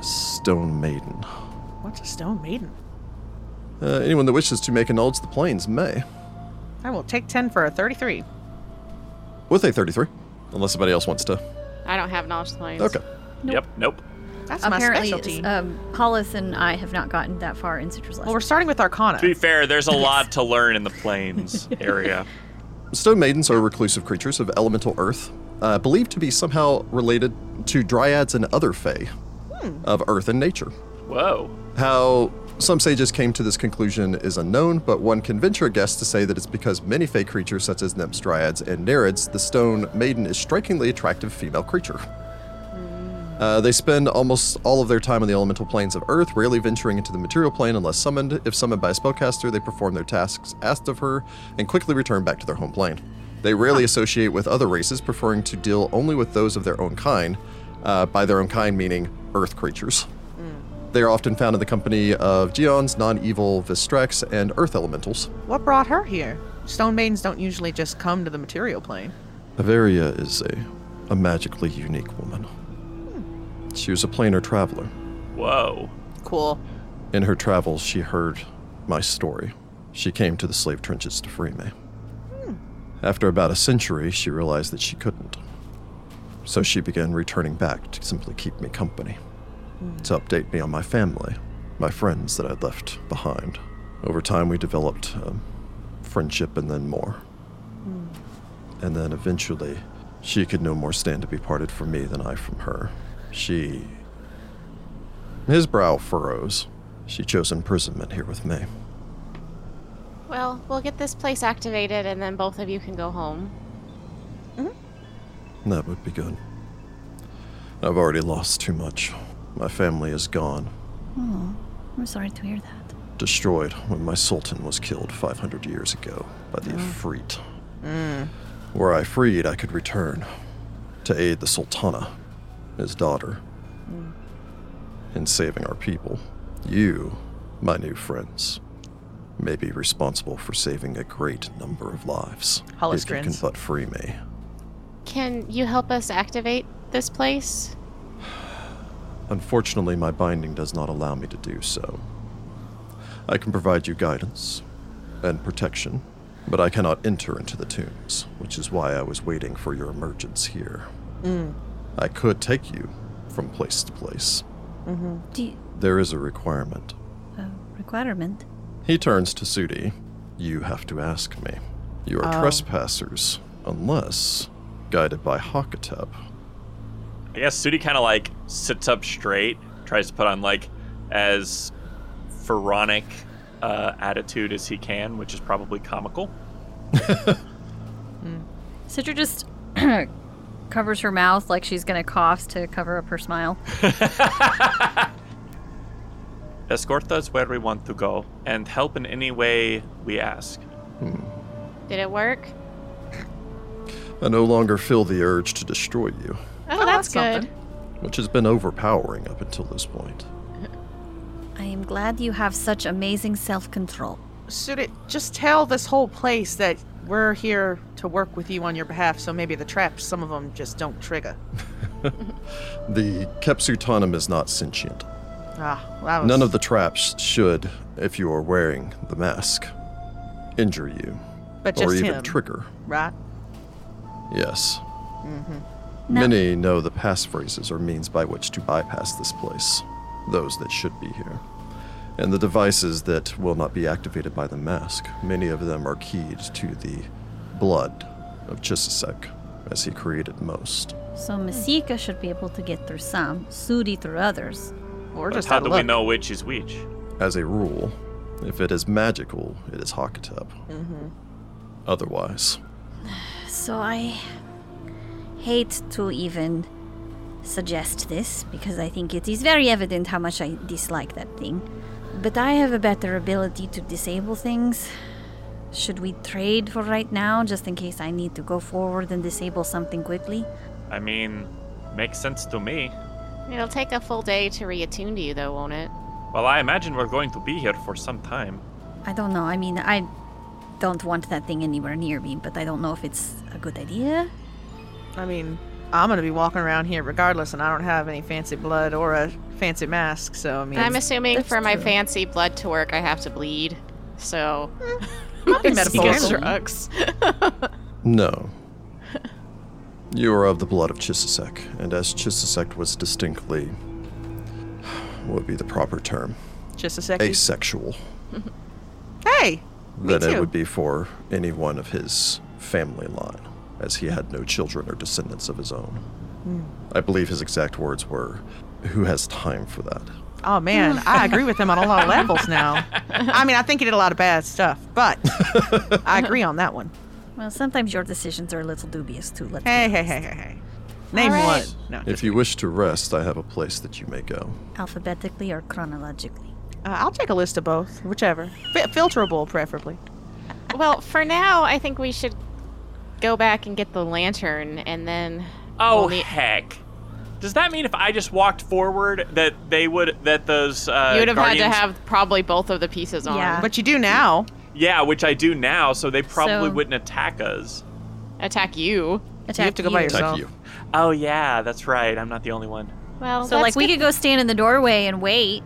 S1: Stone Maiden.
S2: What's a stone maiden?
S1: Uh, anyone that wishes to make a knowledge of the plains may.
S2: I will take 10 for a 33.
S1: With a 33. Unless somebody else wants to.
S5: I don't have knowledge planes.
S1: Okay.
S3: Nope.
S4: Yep. Nope.
S2: That's my
S3: Apparently,
S2: specialty.
S3: um, Paulus and I have not gotten that far in Citrus
S2: well, we're
S3: Lessons.
S2: starting with Arcana.
S4: To be fair, there's a lot to learn in the plains area.
S1: Stone Maidens are reclusive creatures of elemental earth, uh, believed to be somehow related to dryads and other fae of earth and nature.
S4: Whoa.
S1: How some sages came to this conclusion is unknown, but one can venture a guess to say that it's because many fey creatures such as nymphs, dryads, and nereids, the stone maiden is strikingly attractive female creature. Uh, they spend almost all of their time on the elemental planes of Earth, rarely venturing into the material plane unless summoned. If summoned by a spellcaster, they perform their tasks asked of her and quickly return back to their home plane. They rarely associate with other races, preferring to deal only with those of their own kind, uh, by their own kind meaning Earth creatures. They are often found in the company of Geons, non evil Vistrex, and Earth Elementals.
S2: what brought her here? Stone maidens don't usually just come to the material plane.
S1: Averia is a, a magically unique woman. She was a planar traveler.
S4: Whoa.
S2: Cool.
S1: In her travels, she heard my story. She came to the slave trenches to free me. After about a century, she realized that she couldn't. So she began returning back to simply keep me company, to update me on my family, my friends that I'd left behind. Over time, we developed um, friendship and then more. And then eventually, she could no more stand to be parted from me than I from her. She his brow furrows. She chose imprisonment here with me.
S5: Well, we'll get this place activated and then both of you can go home.
S1: That would be good. I've already lost too much. My family is gone,
S3: Oh, I'm sorry to hear that.
S1: destroyed when my sultan was killed 500 years ago by the Efreet. Were I freed, I could return to aid the sultana, his daughter, in saving our people. You, my new friends, may be responsible for saving a great number of lives.
S2: Hollis
S1: if you can
S2: grins.
S1: but free me.
S5: Can you help us activate this place?
S1: Unfortunately, my binding does not allow me to do so. I can provide you guidance and protection, but I cannot enter into the tombs, which is why I was waiting for your emergence here. I could take you from place to place.
S3: Do you,
S1: There is a requirement.
S3: uh, requirement?
S1: He turns to Sudi. You have to ask me. You are
S2: Oh.
S1: trespassers, unless guided by Hakatep.
S4: I guess Sudi kind of like sits up straight, tries to put on like as pharaonic uh, attitude as he can, which is probably comical.
S3: Citra just covers her mouth like she's gonna cough to cover up her smile.
S4: Escort us where we want to go and help in any way we ask.
S5: Did it work?
S1: I no longer feel the urge to destroy you.
S5: Oh, that's,
S2: that's
S5: good.
S1: which has been overpowering up until this point.
S3: I am glad you have such amazing self-control.
S2: Should it just tell this whole place that we're here to work with you on your behalf, so maybe the traps, some of them just don't trigger.
S1: The Kepsutanum is not sentient.
S2: Ah, well, that was
S1: None of the traps should, if you are wearing the mask, injure you
S2: but just
S1: or even
S2: him,
S1: trigger.
S2: right?
S1: Yes.
S2: Mm-hmm.
S3: No.
S1: Many know the passphrases or means by which to bypass this place, those that should be here. And the devices that will not be activated by the mask, many of them are keyed to the blood of Chisisek, as he created most.
S3: So Masika should be able to get through some, Sudi through others.
S2: Or
S4: But
S2: just
S4: how
S2: out
S4: do
S2: of
S4: we
S2: luck.
S4: know which is which?
S1: as a rule, if it is magical, it is Hakatep. Mm-hmm. Otherwise,
S3: So I hate to even suggest this because I think it is very evident how much I dislike that thing. But I have a better ability to disable things. Should we trade for right now, just in case I need to go forward and disable something quickly?
S4: I mean, makes sense to me.
S5: It'll take a full day to reattune to you, though, won't it?
S4: Well, I imagine we're going to be here for some time.
S3: I don't know. I mean, I don't want that thing anywhere near me, but I don't know if it's a good idea.
S2: I mean, I'm gonna be walking around here regardless, and I don't have any fancy blood or a fancy mask, so I mean,
S5: I'm assuming
S3: that's
S5: for my
S3: true.
S5: fancy blood to work, I have to bleed. So.
S2: might be
S5: Speak of
S2: metaphorical.
S5: drugs.
S1: No. You are of the blood of Chisisek, and as Chisisek was distinctly, what would be the proper term,
S2: just a second.
S1: asexual,
S2: Hey, me
S1: than
S2: too.
S1: it would be for any one of his family line, as he had no children or descendants of his own.
S2: Hmm.
S1: I believe his exact words were, "Who has time for that?"
S2: Oh man, I agree with him on a lot of levels now. I mean, I think he did a lot of bad stuff, but I agree on that one.
S3: Well, sometimes your decisions are a little dubious too. Let's be
S2: Hey, hey,
S3: honest.
S2: hey, hey, hey. Name
S5: All
S2: one.
S5: right.
S2: No,
S1: If you wish to rest, I have a place that you may go.
S3: Alphabetically or chronologically?
S2: uh, I'll take a list of both, whichever. Fi filterable, preferably.
S5: well, for now, I think we should go back and get the lantern, and then.
S4: Oh
S5: we'll need-
S4: heck! Does that mean if I just walked forward that they would that those uh,
S5: you would have had
S4: guardians-
S5: to have probably both of the pieces on.
S3: Yeah.
S2: But you do now.
S4: yeah, which I do now, so they probably
S3: So-
S4: wouldn't attack us.
S5: Attack you.
S3: Attack
S2: to go by yourself.
S1: Thank
S2: So-
S1: you.
S4: Oh yeah, that's right. I'm not the only one.
S5: Well,
S3: So, like,
S5: that's
S3: we
S5: good,
S3: could go stand in the doorway and wait.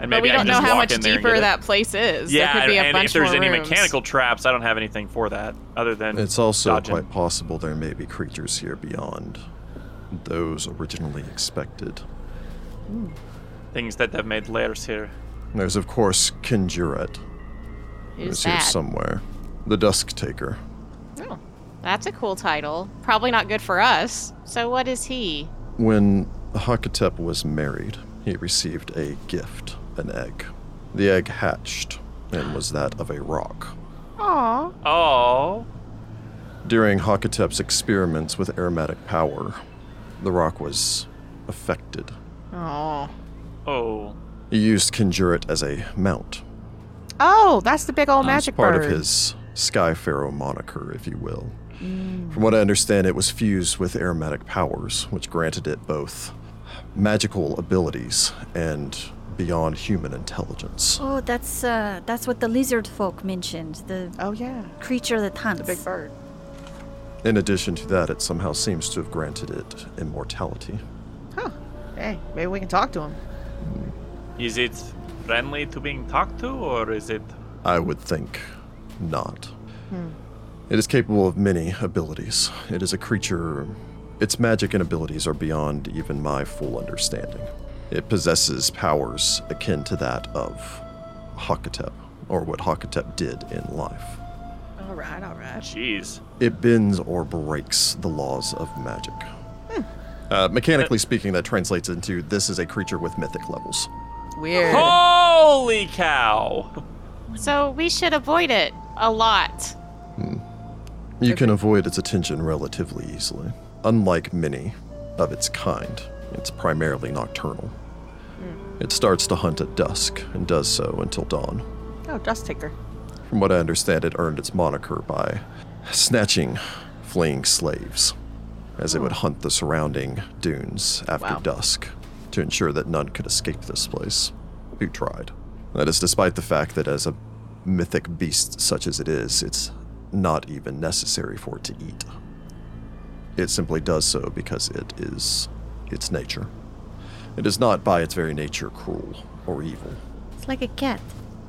S4: And
S5: but
S4: maybe
S5: we
S4: I can
S5: don't know
S4: just
S5: how
S4: walk
S5: much
S4: in there and
S5: deeper
S4: get it.
S5: that place is.
S4: Yeah,
S5: there could be a
S4: and
S5: bunch
S4: if there's
S5: more
S4: any
S5: rooms.
S4: mechanical traps, I don't have anything for that other than
S1: It's also
S4: dodging.
S1: quite possible there may be creatures here beyond those originally expected.
S4: things that have made layers here.
S1: There's, of course, Kinjuret,
S5: Who's
S1: who's here
S5: that?
S1: somewhere. The Dusk Taker.
S5: Oh, that's a cool title. Probably not good for us. So what is he?
S1: When Hakatep was married, he received a gift, an egg. The egg hatched and was that of a rock.
S5: Aww.
S4: Oh,
S1: During Hakatep's experiments with aromatic power, the rock was affected.
S2: Oh.
S4: oh,
S1: He used Kinjuret as a mount
S2: Oh, that's the big
S1: It's
S2: old magic
S1: part
S2: bird.
S1: of his Sky Pharaoh moniker, if you will.
S2: Mm.
S1: From what I understand, it was fused with aromatic powers, which granted it both magical abilities and beyond human intelligence.
S3: Oh, that's uh, that's what the lizard folk mentioned. The
S2: Oh yeah,
S3: creature that hunts.
S2: big bird.
S1: In addition to that, it somehow seems to have granted it immortality.
S2: Huh. Hey, maybe we can talk to him.
S4: is it friendly to being talked to, or is it?
S1: I would think not. It is capable of many abilities. It is a creature. Its magic and abilities are beyond even my full understanding. It possesses powers akin to that of Hakatep, or what Hakatep did in life.
S2: All right, all right.
S4: Jeez.
S1: It bends or breaks the laws of magic. Uh, mechanically speaking, that translates into this is a creature with mythic levels.
S2: Weird.
S4: Holy cow!
S5: So we should avoid it a lot.
S1: You can avoid its attention relatively easily. Unlike many of its kind, it's primarily nocturnal. It starts to hunt at dusk and does so until dawn.
S2: Oh, dust taker.
S1: From what I understand, it earned its moniker by snatching fleeing slaves as it would hunt the surrounding dunes after
S2: Wow.
S1: dusk to ensure that none could escape this place who tried. That is despite the fact that as a mythic beast such as it is, it's not even necessary for it to eat. It simply does so because it is its nature. It is not by its very nature cruel or evil.
S3: It's like a cat.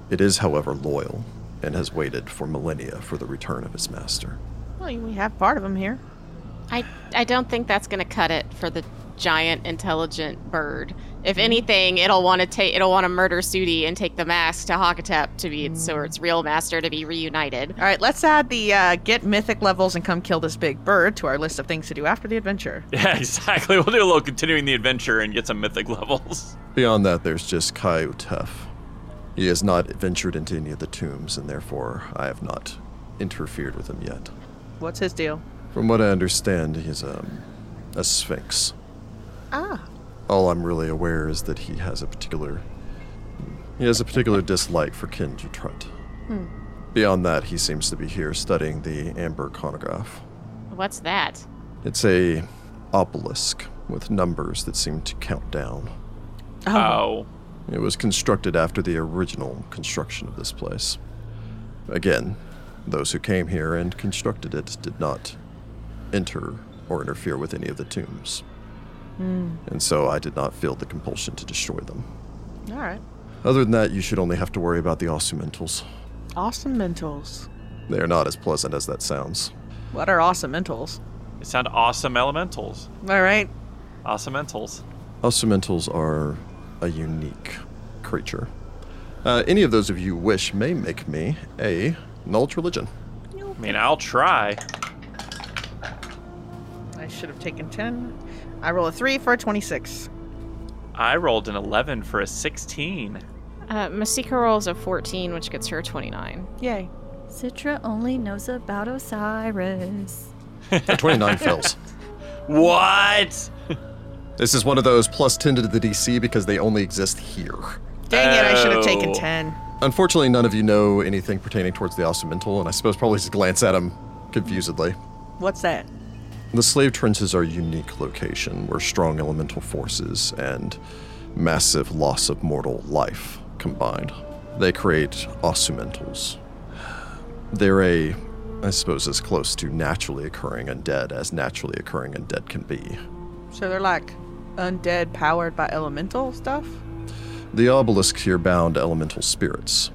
S1: It is, however, loyal and has waited for millennia for the return of its master.
S2: Well, we have part of him here.
S5: I I don't think that's gonna cut it for the giant intelligent bird. If anything, it'll want to take it'll want to murder Sudi and take the mask to Hakatep to be so its real master to be reunited.
S2: All right, let's add the uh, get mythic levels and come kill this big bird to our list of things to do after the adventure.
S4: Yeah, exactly. We'll do a little continuing the adventure and get some mythic levels.
S1: Beyond that, there's just Kaiutef. He has not ventured into any of the tombs, and therefore I have not interfered with him yet.
S2: What's his deal?
S1: From what I understand, he is um, a sphinx.
S2: Ah,
S1: All I'm really aware is that he has a particular he has a particular dislike for Kin Jutrat. Beyond that, he seems to be here studying the amber conograph.
S5: What's that?
S1: It's a obelisk with numbers that seemed to count down.
S2: Oh,
S4: Oh,
S1: It was constructed after the original construction of this place. Again, those who came here and constructed it did not enter or interfere with any of the tombs. And so I did not feel the compulsion to destroy them.
S2: all right.
S1: Other than that, you should only have to worry about the ossumentals.
S2: Awesome mentals.
S1: They are not as pleasant as that sounds.
S2: What are awesome mentals?
S4: it sound awesome elementals.
S2: All right.
S4: Awesome mentals.
S1: Ossumentals are a unique creature. Uh, any of those of you wish may make me a knowledge religion.
S4: I mean, I'll try.
S2: I should have taken 10. I roll a 3 for a 26.
S4: I rolled an 11 for a 16.
S5: Uh, Masika rolls a 14, which gets her 29.
S2: Yay.
S3: Citra only knows about Osiris.
S1: A 29 fails.
S4: What?
S1: This is one of those plus 10 to the DC because they only exist here.
S2: Dang it, I should have taken
S4: Oh.
S2: 10.
S1: Unfortunately, none of you know anything pertaining towards the ossumental, and I suppose probably just glance at him confusedly.
S2: What's that?
S1: The slave trenches are a unique location where strong elemental forces and massive loss of mortal life combined. They create ossumentals. They're a, I suppose, as close to naturally occurring undead as naturally occurring undead can be.
S2: So they're like undead powered by elemental stuff?
S1: The obelisks here bound elemental spirits.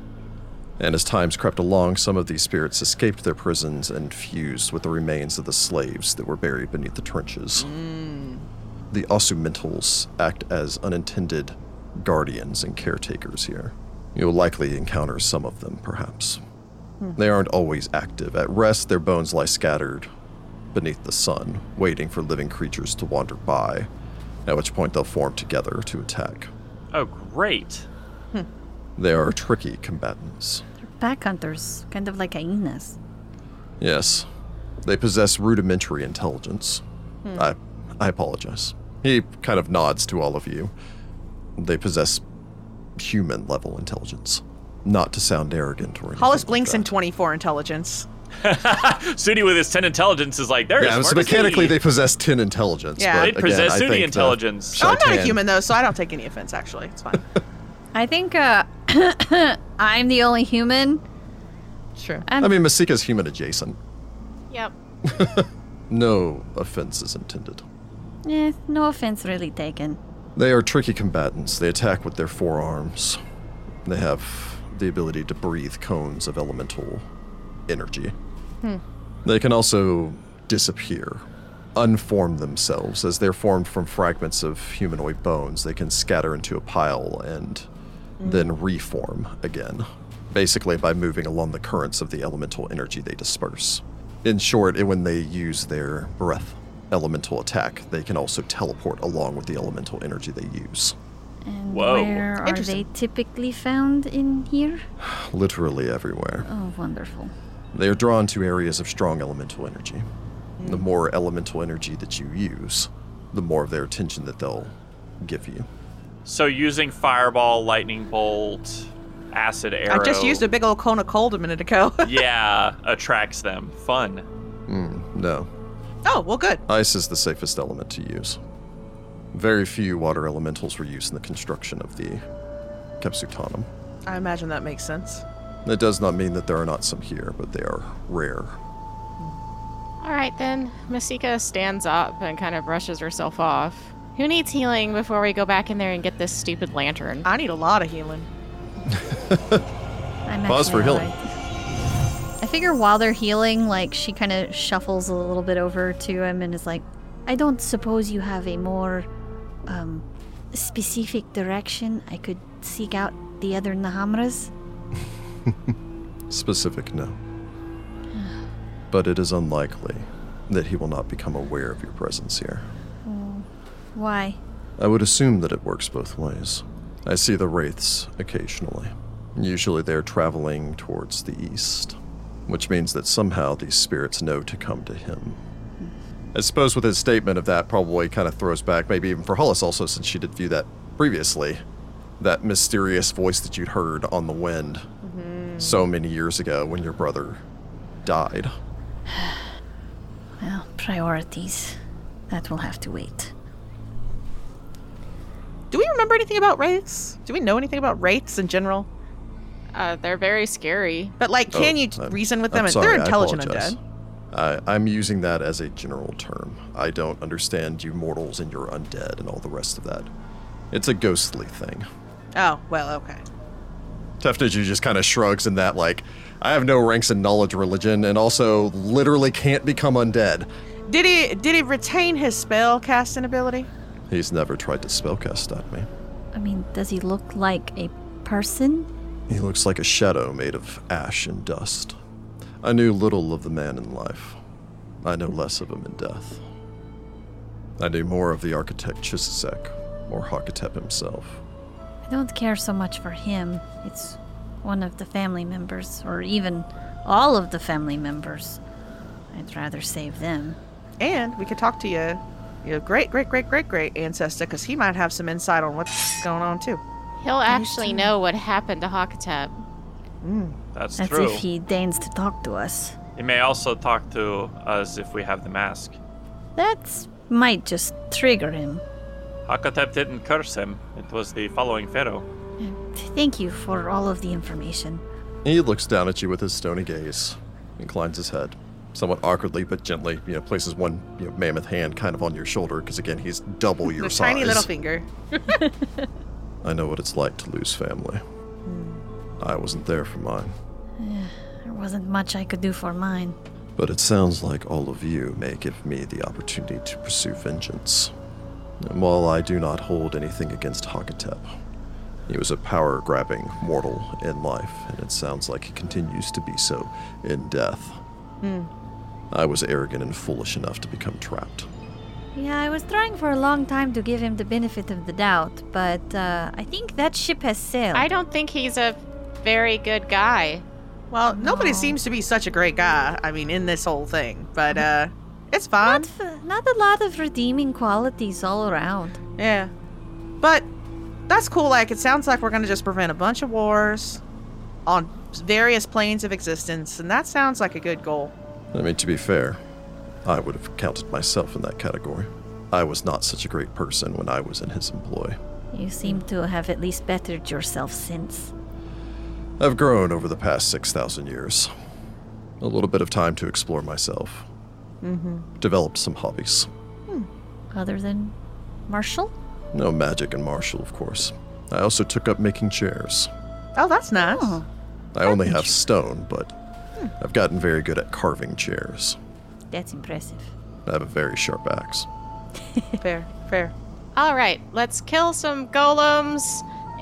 S1: And as times crept along, some of these spirits escaped their prisons and fused with the remains of the slaves that were buried beneath the trenches. The Ossumentals act as unintended guardians and caretakers here. You'll likely encounter some of them, perhaps. They aren't always active. At rest, their bones lie scattered beneath the sun, waiting for living creatures to wander by, at which point they'll form together to attack.
S4: Oh, great.
S1: They are tricky combatants.
S3: Back hunters, kind of like hyenas.
S1: Yes. They possess rudimentary intelligence.
S2: Hmm.
S1: I I apologize. He kind of nods to all of you. They possess human level intelligence. Not to sound arrogant or anything.
S2: Hollis
S1: like
S2: blinks in
S1: that.
S2: 24 intelligence.
S4: Sudi with his 10 intelligence is like, there
S1: Yeah, so mechanically they possess 10 intelligence.
S2: Yeah.
S1: but
S2: They
S1: again,
S4: possess
S1: I
S4: Sudi
S1: think the
S4: intelligence.
S2: Oh, I'm not a
S1: Shaitan-
S2: human, though, so I don't take any offense, actually. It's fine.
S3: I think uh, I'm the only human.
S2: Sure.
S3: I'm,
S1: I mean, Masika's human adjacent.
S5: Yep.
S1: No offense is intended.
S3: eh, no offense really taken.
S1: They are tricky combatants. They attack with their forearms. They have the ability to breathe cones of elemental energy. They can also disappear, unform themselves. As they're formed from fragments of humanoid bones, they can scatter into a pile and then reform again, basically by moving along the currents of the elemental energy they disperse. In short, i- when they use their breath elemental attack, they can also teleport along with the elemental energy they use.
S3: And
S4: Whoa.
S3: where are they
S2: Interesting.
S3: typically found in here?
S1: Literally everywhere.
S3: Oh, wonderful.
S1: They are drawn to areas of strong elemental energy. The more elemental energy that you use, the more of their attention that they'll give you.
S4: So using fireball, lightning bolt, acid arrow.
S2: I just used a big old cone of cold a minute ago.
S4: yeah, attracts them. Fun.
S1: Mm, no,
S2: oh, well, good.
S1: ice is the safest element to use. Very few water elementals were used in the construction of the Kepsutanum.
S2: I imagine that makes sense.
S1: That does not mean that there are not some here, but they are rare.
S5: All right, then. Masika stands up and kind of brushes herself off. Who needs healing before we go back in there and get this stupid lantern?
S2: I need a lot of healing.
S3: I'm
S1: Pause
S3: actually
S1: for
S3: all
S1: healing.
S3: right. I figure while they're healing, like she kind of shuffles a little bit over to him and is like, "I don't suppose you have a more um, specific direction I could seek out the other Nahamras."
S1: Specific, no. But it is unlikely that he will not become aware of your presence here.
S3: Why?
S1: I would assume that it works both ways. I see the wraiths occasionally. Usually they're traveling towards the east, which means that somehow these spirits know to come to him. I suppose with his statement of that, probably kind of throws back, maybe even for Hollis also, since she did view that previously, that mysterious voice that you'd heard on the wind so many years ago when your brother died.
S3: Well, priorities. That will have to wait.
S2: Do we remember anything about wraiths? Do we know anything about wraiths in general?
S5: Uh, they're very scary.
S2: But like,
S1: Oh,
S2: can you
S1: I'm-
S2: reason with
S1: I'm
S2: them? And
S1: sorry,
S2: They're
S1: I
S2: intelligent
S1: apologize.
S2: undead.
S1: I, I'm using that as a general term. I don't understand you mortals and your undead and all the rest of that. It's a ghostly thing.
S2: Oh well, okay.
S1: Tefnaju just kind of shrugs in that, like, I have no ranks in knowledge religion and also literally can't become undead.
S2: Did he did he retain his spell casting ability?
S1: He's never tried to spellcast at me.
S3: I mean, does he look like a person?
S1: He looks like a shadow made of ash and dust. I knew little of the man in life. I know less of him in death. I knew more of the architect Chisisek, or Hakatep himself.
S3: I don't care so much for him. It's one of the family members, or even all of the family members. I'd rather save them.
S2: And we could talk to your your great great great great great ancestor because he might have some insight on what's going on too.
S5: He'll actually know what happened to Hakatep.
S4: That's,
S3: That's
S4: true.
S3: if he deigns to talk to us.
S4: He may also talk to us if we have the mask.
S3: That might just trigger him.
S4: Hakatep didn't curse him. It was the following pharaoh.
S3: Thank you for all of the information.
S1: He looks down at you with his stony gaze, inclines his head, somewhat awkwardly but gently. You know, places one you know, mammoth hand kind of on your shoulder because again, he's double your
S2: The
S1: size.
S2: tiny little finger.
S1: I know what it's like to lose family.
S2: Hmm.
S1: I wasn't there for mine,
S3: There wasn't much I could do for mine.
S1: but it sounds like all of you may give me the opportunity to pursue vengeance. And while I do not hold anything against Hakatep, he was a power grabbing mortal in life, and it sounds like he continues to be so in death. I was arrogant and foolish enough to become trapped.
S3: Yeah, I was trying for a long time to give him the benefit of the doubt, but uh, I think that ship has sailed.
S5: I don't think he's a very good guy.
S2: Well, nobody
S3: No.
S2: seems to be such a great guy. I mean, in this whole thing, but
S3: Mm-hmm.
S2: uh, it's fine.
S3: Not, f- not a lot of redeeming qualities all around.
S2: Yeah. But that's cool. Like, it sounds like we're going to just prevent a bunch of wars on various planes of existence, and that sounds like a good goal.
S1: I mean, to be fair, I would have counted myself in that category. I was not such a great person when I was in his employ.
S3: You seem to have at least bettered yourself since.
S1: I've grown over the past 6,000 years. A little bit of time to explore myself. Developed some hobbies.
S3: Other than Marshall?
S1: No magic and martial, of course. I also took up making chairs.
S2: Oh, that's nice.
S3: Oh,
S1: I only have stone, but I've gotten very good at carving chairs.
S3: that's impressive.
S1: I have a very sharp axe.
S2: Fair, fair.
S5: All right, let's kill some golems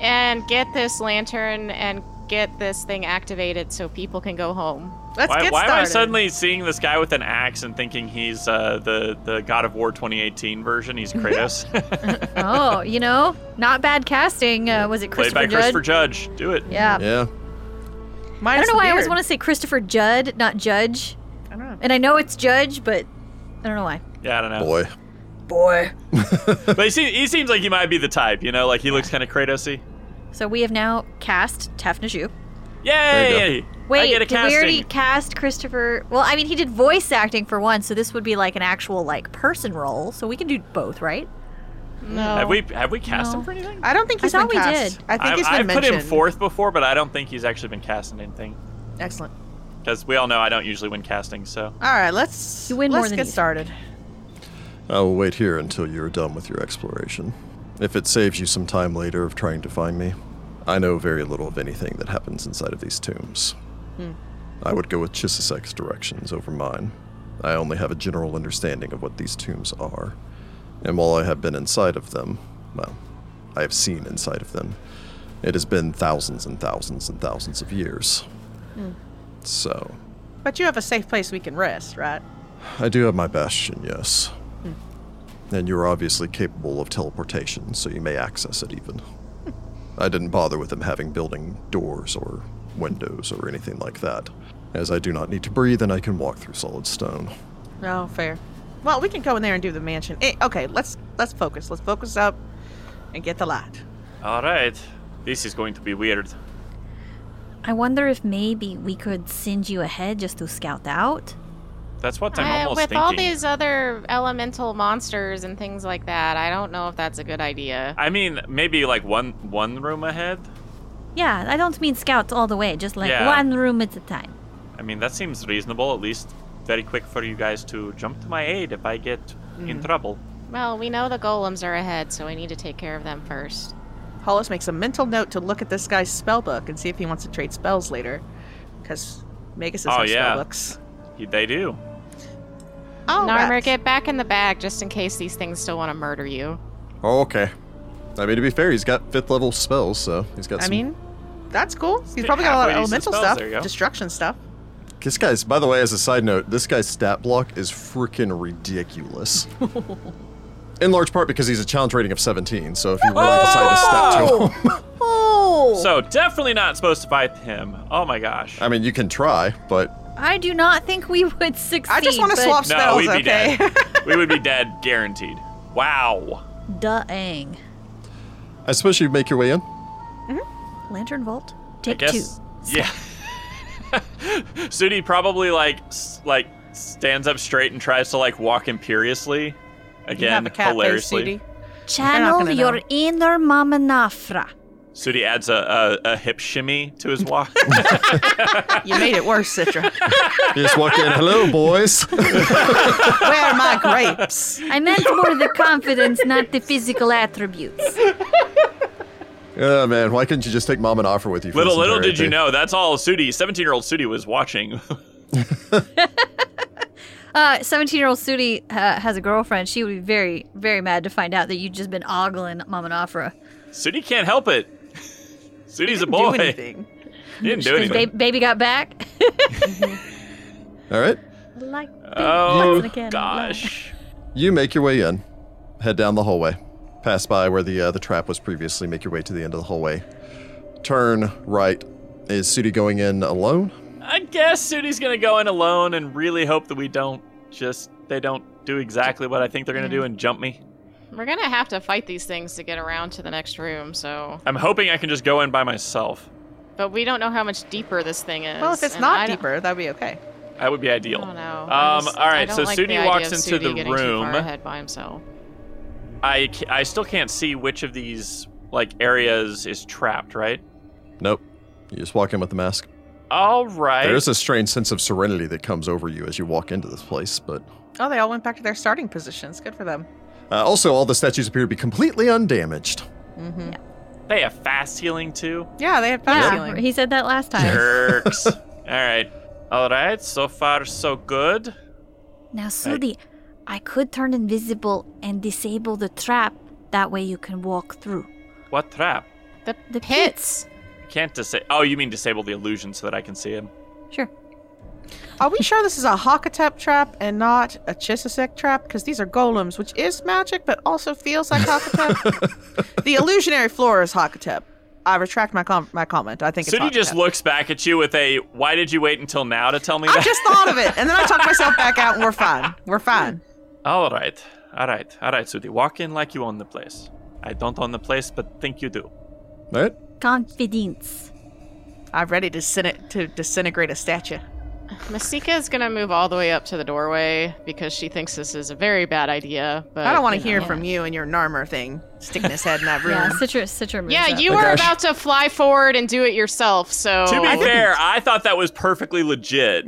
S5: and get this lantern and get this thing activated so people can go home.
S2: Let's
S4: why
S2: get
S4: why am I
S2: started.
S4: suddenly seeing this guy with an axe and thinking he's uh, the the God of War 2018 version? He's Kratos,
S3: oh, you know, not bad casting. Uh, was it Christopher
S4: played by
S3: Judd?
S4: Christopher Judge. Do it.
S3: Yeah.
S1: Yeah,
S3: I
S2: Minus
S3: don't know
S2: the
S3: why I always
S2: beard.
S3: want to say Christopher Judd, not Judge.
S2: I don't know.
S3: And I know it's Judge, but I don't know why.
S4: Yeah, I don't know.
S1: boy.
S3: Boy.
S4: But he, seems, he seems like he might be the type. You know, like he looks kind of Kratosy.
S3: So we have now cast Tafnaju.
S1: There
S4: Yay! I
S3: Wait,
S4: get a
S3: did we already
S4: casting.
S3: cast Christopher? Well, I mean, he did voice acting for one, so this would be like an actual like person role. So we can do both, right?
S5: No.
S4: have we have we cast
S3: No.
S4: him for anything?
S2: I don't think
S3: I
S2: he's been
S3: thought we
S2: cast.
S3: did.
S2: I think he's been
S4: I've put
S2: mentioned.
S4: him fourth before, but I don't think he's actually been cast in anything.
S2: Excellent.
S4: Because we all know I don't usually win casting, so
S2: All right, let's
S3: You win more
S2: let's
S3: than
S2: get
S3: you.
S2: started.
S1: I will wait here until you're done with your exploration. If it saves you some time later of trying to find me, I know very little of anything that happens inside of these tombs. I would go with Chisisek's directions over mine. I only have a general understanding of what these tombs are. And while I have been inside of them, well, I have seen inside of them, it has been thousands and thousands and thousands of years. So,
S2: But you have a safe place we can rest, right?
S1: I do have my bastion, yes. And you're obviously capable of teleportation, so you may access it even. I didn't bother with them having building doors or windows or anything like that, as I do not need to breathe and I can walk through solid stone.
S2: No, fair. Well, we can go in there and do the mansion. Eh, okay, let's let's focus. Let's focus up and get the light.
S4: all right. This is going to be weird.
S3: I wonder if maybe we could send you ahead just to scout out.
S4: That's what I'm
S5: I-
S4: almost
S5: Uh, with
S4: thinking.
S5: all these other elemental monsters and things like that, I don't know if that's a good idea.
S4: I mean, maybe like one one room ahead.
S3: Yeah, I don't mean scout all the way, just like
S4: Yeah.
S3: one room at a time.
S4: I mean, that seems reasonable. At least very quick for you guys to jump to my aid if I get
S2: Mm.
S4: in trouble.
S5: Well, we know the golems are ahead, so we need to take care of them first.
S2: Hollis makes a mental note to look at this guy's spell book and see if he wants to trade spells later. Because Magus has
S4: Oh,
S2: some
S4: yeah.
S2: spell books.
S4: Y- They do.
S2: Oh,
S5: Narmer,
S2: rats.
S5: get back in the bag just in case these things still want to murder you.
S1: Oh, okay. I mean, to be fair, he's got fifth level spells, so he's got.
S2: I
S1: Some...
S2: mean, that's cool. He's probably got a lot of
S4: halfway decent
S2: elemental
S4: spells,
S2: stuff,
S4: there you go.
S2: destruction stuff.
S1: this guy's. By the way, as a side note, this guy's stat block is freaking ridiculous. In large part because he's a challenge rating of 17, so if you roll outside a stat to him,
S3: Oh!
S4: So definitely not supposed to fight him. Oh my gosh.
S1: I mean, you can try, but
S3: I do not think we would succeed.
S2: I just want to
S3: but
S2: swap
S4: no,
S2: spells,
S4: we'd be
S2: okay?
S4: dead. we would be dead, guaranteed. Wow.
S3: Dang.
S1: I suppose you make your way in.
S3: Lantern Vault?
S4: I
S3: Take two.
S4: guess. Yeah. Sudi probably like s- like stands up straight and tries to like walk imperiously.
S2: You
S4: Again,
S2: have a cat eh, face,
S4: hilariously.
S2: Sudi.
S3: Channel
S2: gonna
S3: your
S2: know.
S3: inner Mama Nafra.
S4: Sudi adds a, a, a hip shimmy to his walk.
S2: You made it worse, Citra.
S1: You just walk in, hello, boys.
S2: Where are my grapes?
S3: I meant more the confidence, not the physical attributes.
S1: oh, man, why couldn't you just take mom and offer with you? For
S4: little
S1: this
S4: little
S1: entire
S4: did you
S1: thing?
S4: know that's all Sudi, 17 year old Sudi was watching.
S3: Uh, 17-year-old Sudi uh, has a girlfriend. She would be very, very mad to find out that you've just been ogling Mama Nafra.
S4: Sudi can't help it. Sudi's a
S2: Do
S4: boy.
S2: anything.
S4: He didn't do
S3: Because
S4: anything.
S3: ba- baby got back.
S1: All right.
S3: like big butts in a
S4: Oh
S3: can of
S4: gosh.
S1: You make your way in, head down the hallway, pass by where the uh, the trap was previously. Make your way to the end of the hallway. Turn right. Is Sudi going in alone?
S4: I guess Sudi's gonna go in alone and really hope that we don't just they don't do exactly what I think they're gonna do and jump me.
S5: We're gonna have to fight these things to get around to the next room, so.
S4: I'm hoping I can just go in by myself.
S5: But we don't know how much deeper this thing is.
S2: Well, if it's
S5: and I
S2: not
S5: don't-
S2: deeper, that'd be okay.
S4: That would be ideal.
S5: I
S2: Oh,
S5: don't know. I
S4: Um,
S5: just-
S4: all
S5: I
S4: right,
S5: don't
S4: so
S5: like the
S4: Sudi
S5: idea
S4: walks
S5: of
S4: into the
S5: Sudi getting too
S4: room.
S5: far ahead by himself.
S4: I, ca- I still can't see which of these like areas is trapped, right?
S1: Nope. You just walk in with the mask.
S4: All right.
S1: There is a strange sense of serenity that comes over you as you walk into this place, but
S2: Oh, they all went back to their starting positions. Good for them.
S1: uh, also all the statues appear to be completely undamaged.
S2: hmm
S4: they have fast healing too.
S2: Yeah, they had fast
S3: Yeah,
S2: healing.
S3: he said that last time.
S4: Jerks. all right. All right. So far, so good.
S3: Now, Sudi, I could turn invisible and disable the trap. That way you can walk through.
S4: What trap?
S5: The,
S3: The
S5: pits.
S4: Can't disa- Oh, you mean disable the illusion so that I can see him?
S3: Sure.
S2: Are we sure this is a Hakatep trap and not a Chisisek trap? Because these are golems, which is magic, but also feels like Hakatep. the illusionary floor is Hakatep. I retract my com- my comment. I think it's
S4: Sudi just
S2: Hakatep.
S4: looks back at you with a "Why did you wait until now to tell me
S2: I
S4: that?"
S2: just thought of it, and then I talked myself back out, and we're fine. We're fine.
S4: All right. All right. All right, Sudi. Walk in like you own the place. I don't own the place, but think you do.
S1: All right.
S3: Confidence.
S2: I'm ready to, sin- to disintegrate a statue.
S5: Masika is gonna move all the way up to the doorway because she thinks this is a very bad idea. But
S2: I don't want
S5: you
S2: to hear
S5: know.
S2: from you and your Narmer thing sticking his head in that room.
S3: Yeah, citrus, citrus. moves
S5: Yeah,
S3: up.
S5: you
S1: Oh,
S5: were
S1: gosh.
S5: about to fly forward and do it yourself, so
S4: To be
S5: I think
S4: fair, I thought that was perfectly legit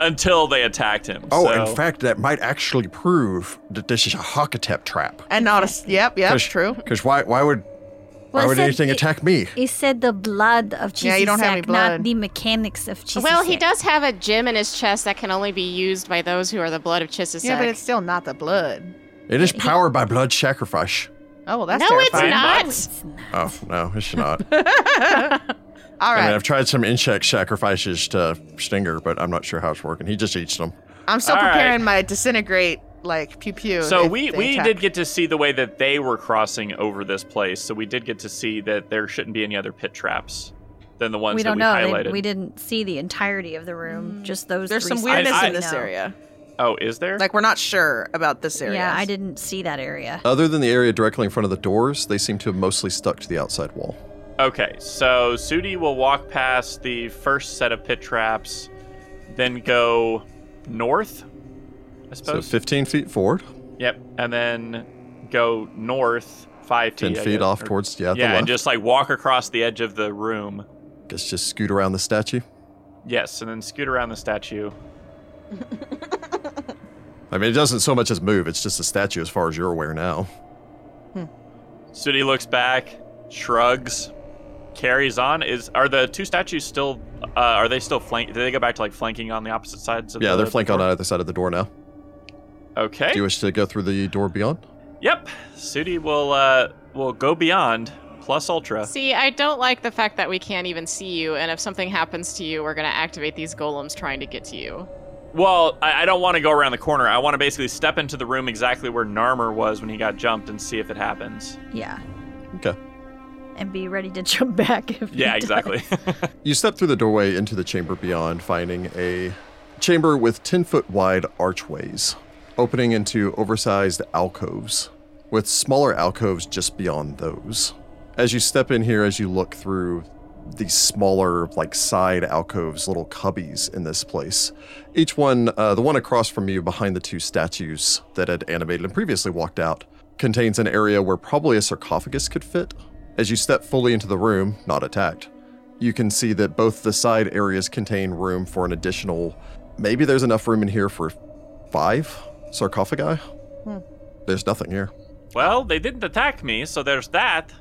S4: until they attacked him.
S1: Oh,
S4: so.
S1: in fact, that might actually prove that this is a Hakatep trap.
S2: and not a. s- Yep, yep, true.
S1: Because why why would
S3: Well,
S1: why would
S3: said
S1: anything
S3: it-
S1: attack me?
S3: It said the blood of Jesus,
S2: Yeah, you don't have any blood.
S3: not the mechanics of Jesus.
S5: well, he does have a gem in his chest that can only be used by those who are the blood of Chisisek.
S2: Yeah, but it's still not the blood.
S1: It is powered by blood sacrifice.
S2: Oh, well, that's
S5: no,
S2: terrifying.
S4: terrifying.
S5: it's
S3: It's not.
S1: Oh no, it's not.
S2: All
S1: I
S2: right.
S1: mean, I've tried some insect sacrifices to Stinger, but I'm not sure how it's working. He just eats them.
S2: I'm still
S4: All right.
S2: preparing my disintegrate like pew pew.
S4: So
S2: if
S4: we
S2: they
S4: we
S2: attack.
S4: did get to see the way that they were crossing over this place. So we did get to see that there shouldn't be any other pit traps than the ones
S3: We
S4: that
S3: don't
S4: we
S3: know. They-
S4: highlighted.
S3: we didn't see the entirety of the room. Just those.
S2: There's
S3: three
S2: some
S3: spots
S2: weirdness
S4: I-
S2: in
S3: we
S2: this
S3: know.
S2: area.
S4: oh, is there?
S2: Like we're not sure about this area.
S3: Yeah, I didn't see that area.
S1: Other than the area directly in front of the doors, they seem to have mostly stuck to the outside wall.
S4: okay, so Sudi will walk past the first set of pit traps, then go north, I
S1: So
S4: suppose.
S1: 15 feet forward,
S4: Yep, and then go north five
S1: 10
S4: feet, I
S1: feet
S4: guess,
S1: off
S4: or-
S1: towards yeah, the
S4: yeah,
S1: left.
S4: and just like walk across the edge of the room.
S1: Guess just scoot around the statue.
S4: Yes, and then scoot around the statue.
S1: I mean, it doesn't so much as move. It's just a statue as far as you're aware now.
S4: Sudi looks back, shrugs, carries on. Is are the two statues still? Uh, are they still flank? Do they go back to like flanking on the opposite sides? Of
S1: Yeah,
S4: the,
S1: they're
S4: the
S1: flank on
S4: door?
S1: either side of the door now.
S4: Okay.
S1: Do you wish to go through the door beyond?
S4: Yep. Sudi will uh will go beyond plus ultra.
S5: See, I don't like the fact that we can't even see you, and if something happens to you, we're gonna activate these golems trying to get to you.
S4: Well, I, I don't want to go around the corner. I want to basically step into the room exactly where Narmer was when he got jumped and see if it happens.
S3: Yeah.
S1: Okay.
S3: And be ready to jump back if.
S4: Yeah,
S3: it does.
S4: exactly.
S1: You step through the doorway into the chamber beyond, finding a chamber with 10 foot wide archways, opening into oversized alcoves, with smaller alcoves just beyond those. As you step in here, as you look through these smaller, like side alcoves, little cubbies in this place, each one, uh, the one across from you behind the two statues that had animated and previously walked out, contains an area where probably a sarcophagus could fit. As you step fully into the room, not attacked, you can see that both the side areas contain room for an additional maybe there's enough room in here for five sarcophagi
S4: Hmm.
S1: there's nothing here
S4: well, they didn't attack me, so there's that.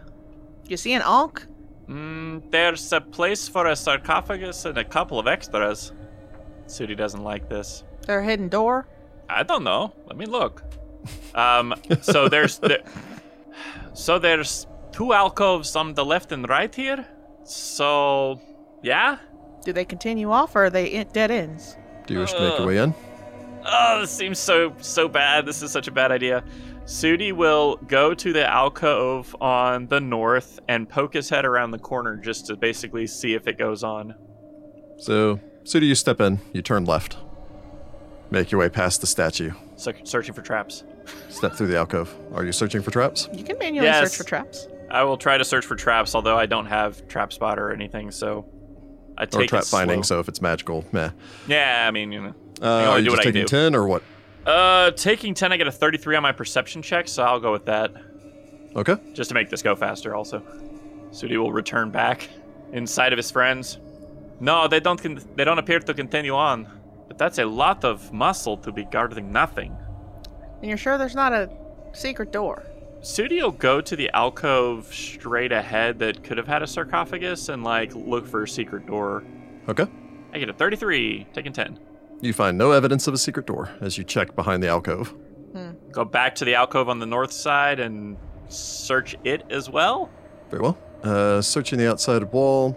S2: You see an onk?
S4: Mm, there's a place for a sarcophagus and a couple of extras. Sudi doesn't like this.
S2: Their hidden door?
S4: I don't know. Let me look. Um, so there's the, so there's two alcoves on the left and right here. So yeah.
S2: Do they continue off or are they in- dead ends?
S1: do you wish to make your
S4: Ugh.
S1: way in
S4: Oh, this seems so so bad. This is such a bad idea. Sudi will go to the alcove on the north and poke his head around the corner just to basically see if it goes on.
S1: so so do you step in you turn left make your way past the statue
S4: So searching for traps.
S1: step through the alcove are you searching for traps
S2: You can manually
S4: Yes.
S2: search for traps.
S4: I will try to search for traps, although I don't have trap spot or anything, so I
S1: or
S4: take
S1: trap
S4: it slow.
S1: finding so if it's magical meh
S4: yeah, I mean, you know,
S1: uh,
S4: only
S1: are you
S4: do what
S1: just
S4: I
S1: taking
S4: do.
S1: 10 or what
S4: uh, taking ten, I get a thirty-three on my perception check, so I'll go with that
S1: okay
S4: just to make this go faster. Also, Sudi will return back inside of his friends. No, they don't. Con- they don't appear to continue on. But that's a lot of muscle to be guarding nothing.
S2: And you're sure there's not a secret door?
S4: Sudi will go to the alcove straight ahead that could have had a sarcophagus and like look for a secret door.
S1: okay
S4: I get a 33, taking 10.
S1: you find no evidence of a secret door as you check behind the alcove
S4: Go back to the alcove on the north side and search it as well.
S1: Very well. Uh, searching the outside wall.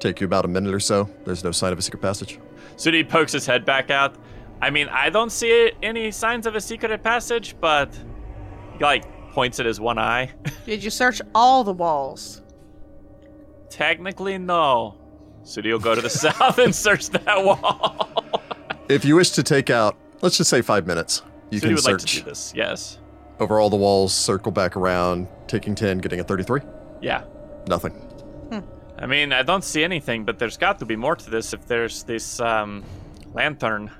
S1: Take you about a minute or so. There's no sign of a secret passage.
S4: Sudi pokes his head back out. I mean, I don't see any signs of a secret passage, but he like points at his one eye.
S2: Did you search all the walls?
S4: Technically, no. Sudi will go to the south and search that wall.
S1: If you wish to take out, let's just say five minutes, you
S4: Sudi
S1: can
S4: would like to
S1: search
S4: do this. Yes.
S1: over all the walls, circle back around, taking 10, getting a 33.
S4: Yeah.
S1: Nothing.
S4: I mean, I don't see anything, but there's got to be more to this if there's this um, lantern.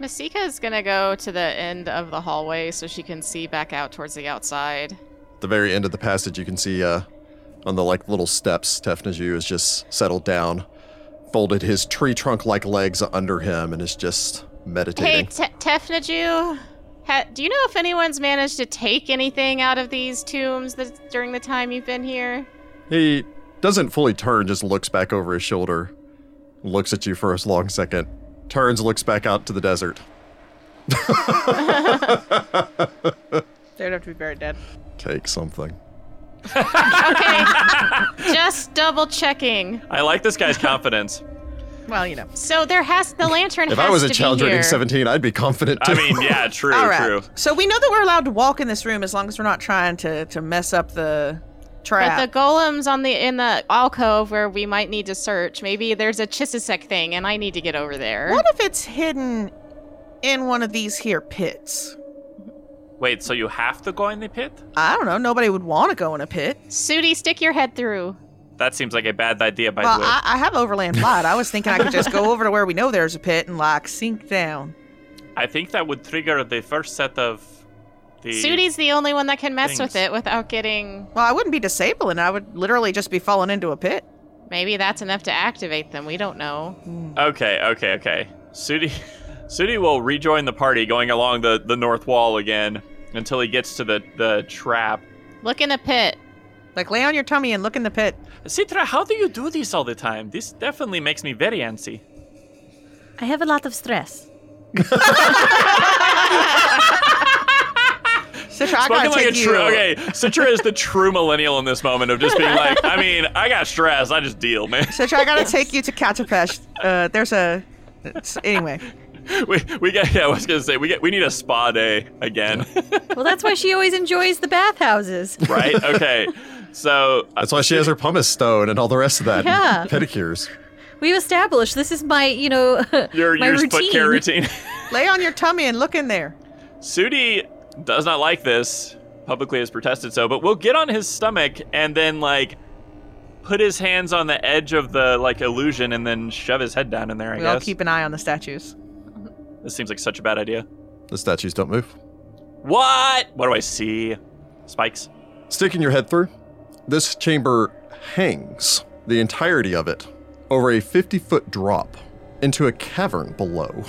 S5: Masika is gonna go to the end of the hallway so she can see back out towards the outside.
S1: The very end of the passage, you can see uh, on the like little steps, Tefnaju is just settled down, folded his tree trunk like legs under him, and is just
S5: Hey,
S1: meditating.
S5: Te- Tefnaju, ha- do you know if anyone's managed to take anything out of these tombs that- during the time you've been here?
S1: He doesn't fully turn, just looks back over his shoulder, looks at you for a long second, turns, looks back out to the desert.
S2: They'd have to be buried dead.
S1: Take something.
S5: Okay, just double checking.
S4: I like this guy's confidence.
S2: Well, you know.
S5: So there has the lantern.
S1: If
S5: has
S1: I was a
S5: to be
S1: child rating
S5: here.
S1: 17, I'd be confident too.
S4: I mean, yeah, true,
S2: all right.
S4: true.
S2: So we know that we're allowed to walk in this room as long as we're not trying to, to mess up the trap.
S5: But the golems on the in the alcove where we might need to search. Maybe there's a Chisisek thing, and I need to get over there.
S2: What if it's hidden in one of these here pits?
S4: Wait, so you have to go in the pit?
S2: I don't know. Nobody would want to go in a pit.
S5: Sudi, stick your head through.
S4: that seems like a bad idea. By
S2: well,
S4: the way,
S2: I, I have overland flight. I was thinking I could just go over to where we know there's a pit and like sink down.
S4: I think that would trigger the first set of the.
S5: Sudi's the only one that can mess with
S4: Things.
S5: it without getting.
S2: Well, I wouldn't be disabling. I would literally just be falling into a pit.
S5: Maybe that's enough to activate them. We don't know.
S4: Okay, okay, okay. Sudi, Sudi will rejoin the party, going along the, the north wall again until he gets to the the trap.
S5: Look in the pit.
S2: Like lay on your tummy and look in the pit.
S4: Citra, how do you do this all the time? This definitely makes me very antsy.
S3: I have a lot of stress.
S2: Citra, I gotta
S4: Spoken like a
S2: take you.
S4: true. Okay, Citra is the true millennial in this moment of just being like, I mean, I got stress, I just deal, man.
S2: Citra, I gotta take you to Katapesh. Uh, there's a. it's- anyway,
S4: We we get. Yeah, I was gonna say we get. We need a spa day again,
S3: Well, that's why she always enjoys the bathhouses.
S4: right? Okay. So uh,
S1: That's why she has her pumice stone and all the rest of that. and
S3: Yeah.
S1: Pedicures.
S3: We've established this is my, you know,
S4: your
S3: my
S4: your foot
S3: routine.
S4: carotene.
S2: lay on your tummy and look in there.
S4: Sudi does not like this, publicly has protested so, but will get on his stomach and then like put his hands on the edge of the like illusion and then shove his head down in there, I
S2: We all
S4: guess.
S2: keep an eye on the statues.
S4: This seems like such a bad idea.
S1: The statues don't move.
S4: What? What do I see? Spikes.
S1: Sticking your head through, this chamber hangs, the entirety of it, over a 50 foot drop into a cavern below.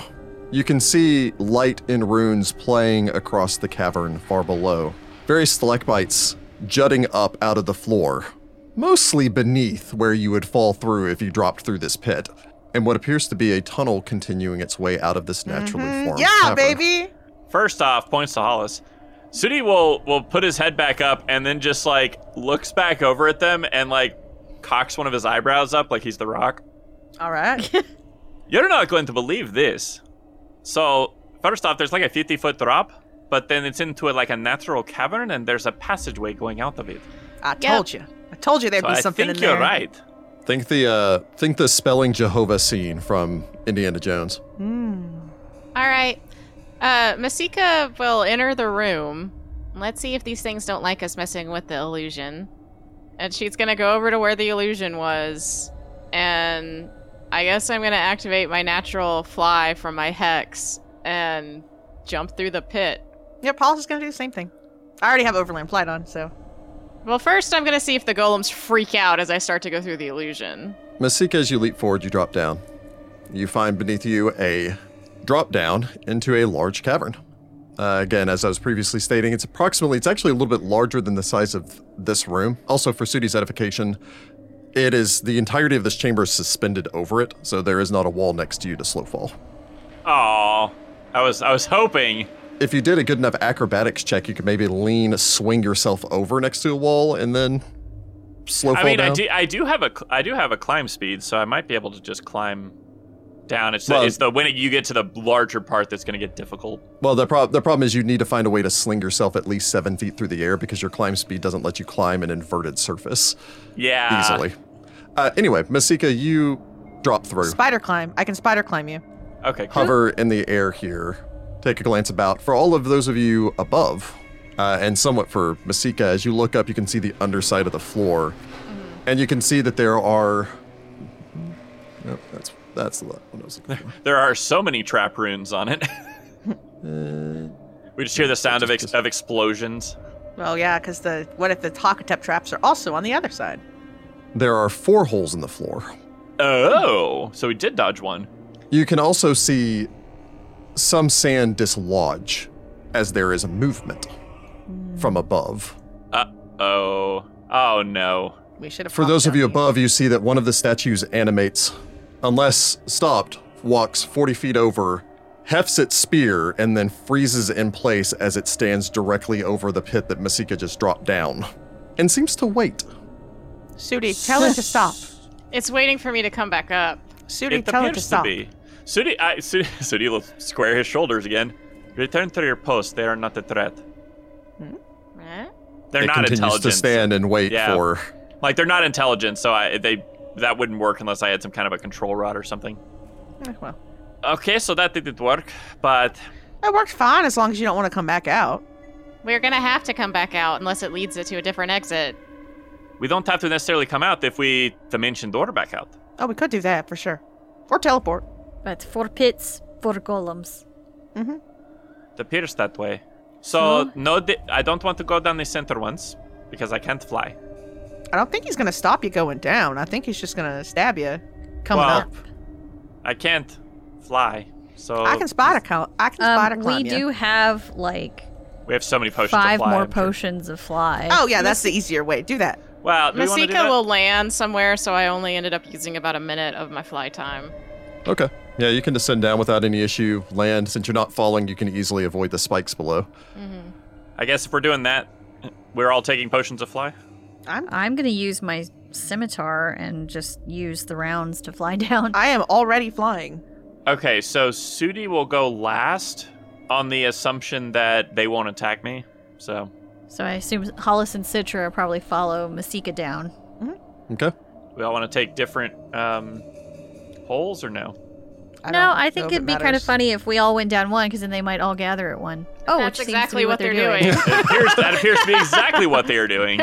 S1: You can see light and runes playing across the cavern far below, various stalactites jutting up out of the floor, mostly beneath where you would fall through if you dropped through this pit, and what appears to be a tunnel continuing its way out of this naturally formed
S2: Mm-hmm. Yeah,
S1: cavern.
S2: baby.
S4: First off, points to Hollis. Sudi will will put his head back up and then just like looks back over at them and like cocks one of his eyebrows up like he's the rock.
S2: All right.
S4: You're not going to believe this. So, first off, there's like a 50 foot drop, but then it's into a, like a natural cavern and there's a passageway going out of it.
S2: I told you. I told you there'd
S4: So
S2: be
S4: I
S2: something
S4: think
S2: in
S4: you're
S2: there.
S4: right.
S1: Think the uh, think the spelling Jehovah scene from Indiana Jones.
S2: Hmm.
S5: All right. Uh, Masika will enter the room. Let's see if these things don't like us messing with the illusion. And she's going to go over to where the illusion was. And I guess I'm going to activate my natural fly from my hex and jump through the pit.
S2: Yeah, Paul's is gonna do the same thing. I already have overland flight on, so
S5: Well, first, I'm going to see if the golems freak out as I start to go through the illusion.
S1: Masika, as you leap forward, you drop down. You find beneath you a drop down into a large cavern. Uh, again, as I was previously stating, it's approximately, it's actually a little bit larger than the size of this room. Also, for Sudi's edification, it is the entirety of this chamber is suspended over it, so there is not a wall next to you to slow fall.
S4: Aw. I was I was hoping.
S1: If you did a good enough acrobatics check, you could maybe lean, swing yourself over next to a wall, and then slow
S4: I
S1: fall
S4: mean,
S1: down.
S4: I do I do have a cl- I do have a climb speed, so I might be able to just climb down. It's the,
S1: Well-
S4: it's the when you get to the larger part that's going to get difficult.
S1: Well, the, prob- the problem is you need to find a way to sling yourself at least seven feet through the air because your climb speed doesn't let you climb an inverted surface
S4: Yeah.
S1: easily. Uh, anyway, Masika, you drop through,
S2: spider climb. I can spider climb you.
S4: Okay. Cool.
S1: hover in the air here, take a glance about. For all of those of you above, uh, and somewhat for Masika, as you look up, you can see the underside of the floor, and you can see that there are. Nope, that's that's the one I was looking for.
S4: There are so many trap runes on it.
S1: Uh,
S4: we just hear the sound of ex- of explosions.
S2: Well, yeah, because the what if the Hakatep traps are also on the other side?
S1: There are four holes in the floor.
S4: Oh, so we did dodge one.
S1: You can also see some sand dislodge as there is a movement from above.
S4: Uh oh. Oh no.
S2: We should have.
S1: For
S2: popped
S1: those of
S2: down
S1: you
S2: here.
S1: above, you see that one of the statues animates, unless stopped, walks 40 feet over, hefts its spear, and then freezes in place as it stands directly over the pit that Masika just dropped down, and seems to wait.
S2: Sudi, tell it to stop.
S5: It's waiting for me to come back up.
S2: Sudi,
S4: it
S2: tell it
S4: appears
S2: to
S4: to,
S2: stop.
S4: be. Sudi, I, Sudi, Sudi will square his shoulders again. Return to your post. They are not a threat.
S5: Huh?
S4: They're
S1: it
S4: not
S1: continues
S4: intelligent.
S1: to stand and wait
S4: Yeah.
S1: for.
S4: Like they're not intelligent, so I they that wouldn't work unless I had some kind of a control rod or something.
S2: Eh, Well,
S4: Okay, so that didn't work, but
S2: it worked fine as long as you don't want to come back out.
S5: We're going to have to come back out unless it leads it to a different exit.
S4: We don't have to necessarily come out if we dimension door back out.
S2: Oh, we could do that for sure. Or teleport.
S3: But four pits, four golems.
S4: It appears that way. So no, di- I don't want to go down the center ones because I can't fly.
S2: I don't think he's gonna stop you going down. I think he's just gonna stab you coming
S4: Well,
S2: up.
S4: I can't fly. So
S2: I can spider count. I can spider
S3: Um, we
S2: climb you.
S3: do have like
S4: we have so many potions. to
S3: five
S4: fly,
S3: more
S4: I'm sure.
S3: potions of fly.
S2: Oh yeah, that's the easier way. Do that.
S4: Well, do you wanna do
S5: Masika
S4: that?
S5: will land somewhere, so I only ended up using about a minute of my fly time.
S1: Okay. Yeah, you can descend down without any issue. Land, since you're not falling, you can easily avoid the spikes below.
S4: I guess if we're doing that, we're all taking potions of fly.
S2: I'm.
S3: I'm gonna use my scimitar and just use the rounds to fly down.
S2: I am already flying.
S4: Okay, so Sudi will go last on the assumption that they won't attack me. So
S3: so I assume Hollis and Citra probably follow Masika down.
S1: Okay.
S4: we all want to take different um, holes or no?
S2: I
S3: no,
S2: don't
S3: I
S2: know
S3: think
S2: if
S3: it'd
S2: it
S3: be kind of
S2: matters.
S3: funny if we all went down one, because then they might all gather at one. Oh,
S5: That's
S3: which seems to be
S5: exactly what they're doing.
S4: It appears, that appears to be exactly what they are doing.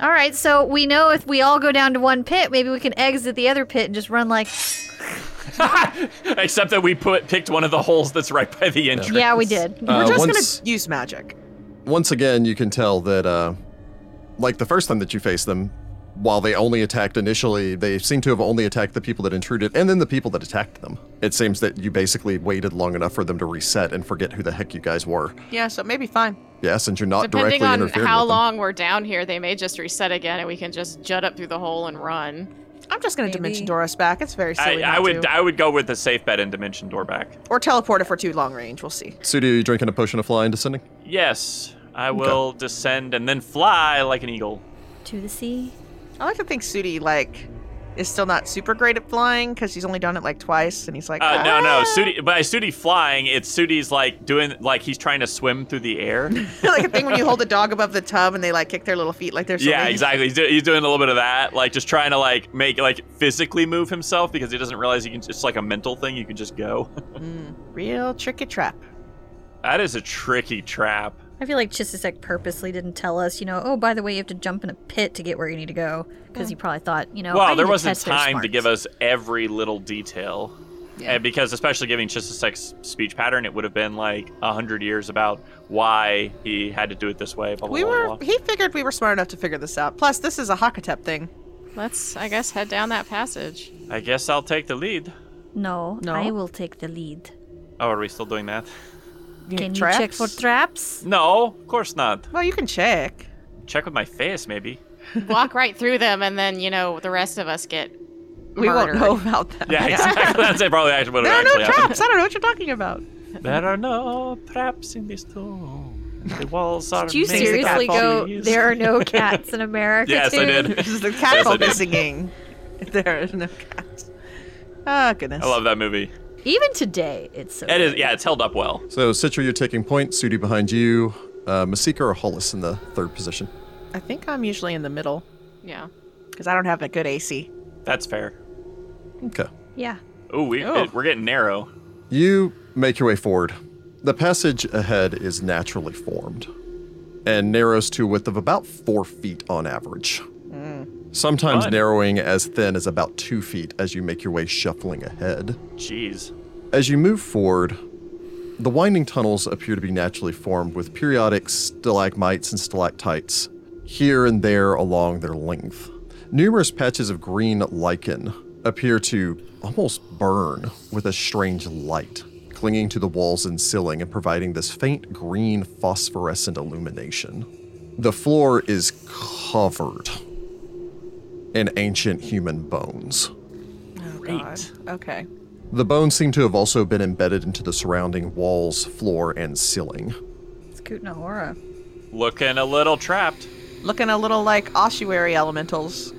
S3: All right, so we know if we all go down to one pit, maybe we can exit the other pit and just run like,
S4: Except that we put picked one of the holes that's right by the entrance.
S3: yeah, we did.
S1: Uh,
S2: We're just
S1: once-
S2: gonna use magic.
S1: once again, you can tell that, uh, like the first time that you faced them, while they only attacked initially, they seem to have only attacked the people that intruded and then the people that attacked them. It seems that you basically waited long enough for them to reset and forget who the heck you guys were.
S2: Yeah, so maybe fine.
S1: Yeah, since you're not
S5: Depending
S1: directly
S5: on
S1: interfering
S5: how
S1: with
S5: long we're down here, they may just reset again, and we can just jut up through the hole and run.
S2: I'm just gonna dimension
S3: Maybe.
S2: door us back. It's very
S4: I,
S2: silly.
S4: I
S2: not
S4: would
S2: to.
S4: I would go with the safe bet and dimension door back.
S2: or teleport if we're too long range. We'll see.
S1: them. Sudi, are you drinking a potion of fly and descending?
S4: Yes, I will descend and then fly like an eagle.
S3: To the sea.
S2: I like to think Sudi like is still not super great at flying because he's only done it like twice, and he's like,
S4: Uh,
S2: "Ah."
S4: no, no, Sudi. By Sudi flying, it's Sudi's like doing like he's trying to swim through the air.
S2: "Ah!" like a thing when you hold a dog above the tub and they like kick their little feet like they're so
S4: yeah,
S2: big.
S4: exactly. He's, do- he's doing a little bit of that, like just trying to like make like physically move himself because he doesn't realize he can. It's like a mental thing. You can just go.
S2: Mm, real tricky trap.
S4: that is a tricky trap.
S3: I feel like Chisisek purposely didn't tell us, you know, oh, by the way, you have to jump in a pit to get where you need to go, because he probably thought, you know, I
S4: well,
S3: need
S4: there
S3: to
S4: wasn't
S3: test their
S4: time to
S3: smarts.
S4: give us every little detail. And because especially giving Chisasek's speech pattern, it would have been like a hundred years about why he had to do it this way. Blah, blah,
S2: We
S4: blah,
S2: were.
S4: blah.
S2: He figured we were smart enough to figure this out. Plus, this is a Hakatep thing.
S5: Let's, I guess, head down that passage.
S4: I guess I'll take the lead.
S3: No,
S2: No?
S3: I will take the lead.
S4: Oh, are we still doing that?
S3: Can you check
S2: traps?
S3: for traps?
S4: No, of course not.
S2: Well, you can check.
S4: Check with my face, maybe.
S5: Walk right through them, and then you know the rest of us get.
S2: We
S5: murdered.
S2: won't know about that.
S4: Yeah, exactly. That's it. Probably actually what it
S2: There are
S4: actually
S2: no
S4: happened.
S2: traps. I don't know what you're talking about.
S4: There are no traps in this tomb. and The walls are.
S3: Did you
S4: made of
S3: seriously go,
S4: trees."
S3: there are no cats in America?
S4: yes, I
S3: too?
S4: did.
S2: This is the
S4: Yes, I
S2: cattle
S4: did.
S2: missing. There is no cats. Ah, goodness.
S4: I love that movie.
S3: Even today, it's so
S4: It is. Yeah, it's held up well.
S1: So, Citra, you're taking point. Sudi behind you. Uh, Masika or Hollis in the third position.
S2: I think I'm usually in the middle
S5: Yeah.
S2: because I don't have a good AC.
S4: That's fair.
S1: Okay.
S3: Yeah.
S4: Ooh, we,
S2: Oh.
S4: it- we're getting narrow.
S1: You make your way forward. The passage ahead is naturally formed and narrows to a width of about four feet on average. Sometimes
S4: Fun.
S1: narrowing as thin as about two feet as you make your way shuffling ahead.
S4: Jeez.
S1: As you move forward, the winding tunnels appear to be naturally formed with periodic stalagmites and stalactites here and there along their length. Numerous patches of green lichen appear to almost burn with a strange light, clinging to the walls and ceiling and providing this faint green phosphorescent illumination. The floor is covered in ancient human bones.
S2: Oh,
S4: Great.
S2: Okay.
S1: The bones seem to have also been embedded into the surrounding walls, floor, and ceiling.
S3: It's Kutnahora.
S4: Looking a little trapped.
S2: Looking a little like ossuary elementals.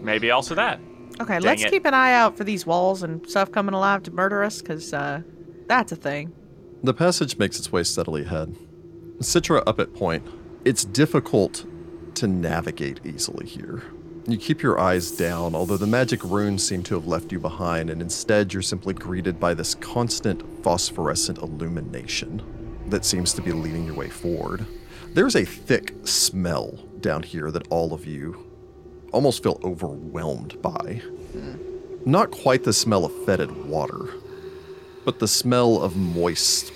S4: Maybe also that.
S2: Okay,
S4: Dang
S2: let's
S4: it.
S2: keep an eye out for these walls and stuff coming alive to murder us because uh, that's a thing.
S1: The passage makes its way steadily ahead. Citra up at point. It's difficult to navigate easily here. You keep your eyes down, although the magic runes seem to have left you behind, and instead you're simply greeted by this constant phosphorescent illumination that seems to be leading your way forward. There's a thick smell down here that all of you almost feel overwhelmed by. Not quite the smell of fetid water, but the smell of moist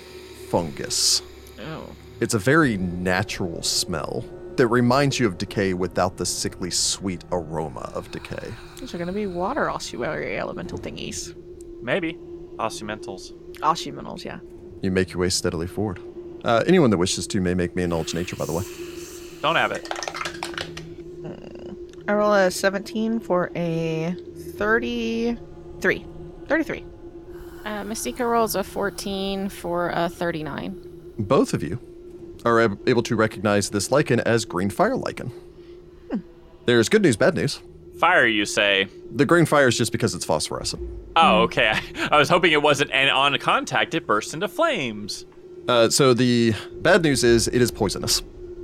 S1: fungus.
S5: Oh.
S1: It's a very natural smell that reminds you of decay without the sickly sweet aroma of decay.
S2: These are going to be water ossuary elemental thingies.
S4: Maybe. Ossumentals.
S2: Ossumentals, yeah.
S1: You make your way steadily forward. Uh, anyone that wishes to may make me a knowledge nature, by the way.
S4: Don't have it.
S2: I roll a 17 for a 33. 33.
S5: Uh, Mystica rolls a 14 for a 39.
S1: Both of you are ab- able to recognize this lichen as green fire lichen. There's good news, bad news.
S4: Fire, you say?
S1: The green fire is just because it's phosphorescent.
S3: Hmm.
S4: Oh, okay. I was hoping it wasn't, and on contact, it bursts into flames.
S1: Uh, so the bad news is it is poisonous.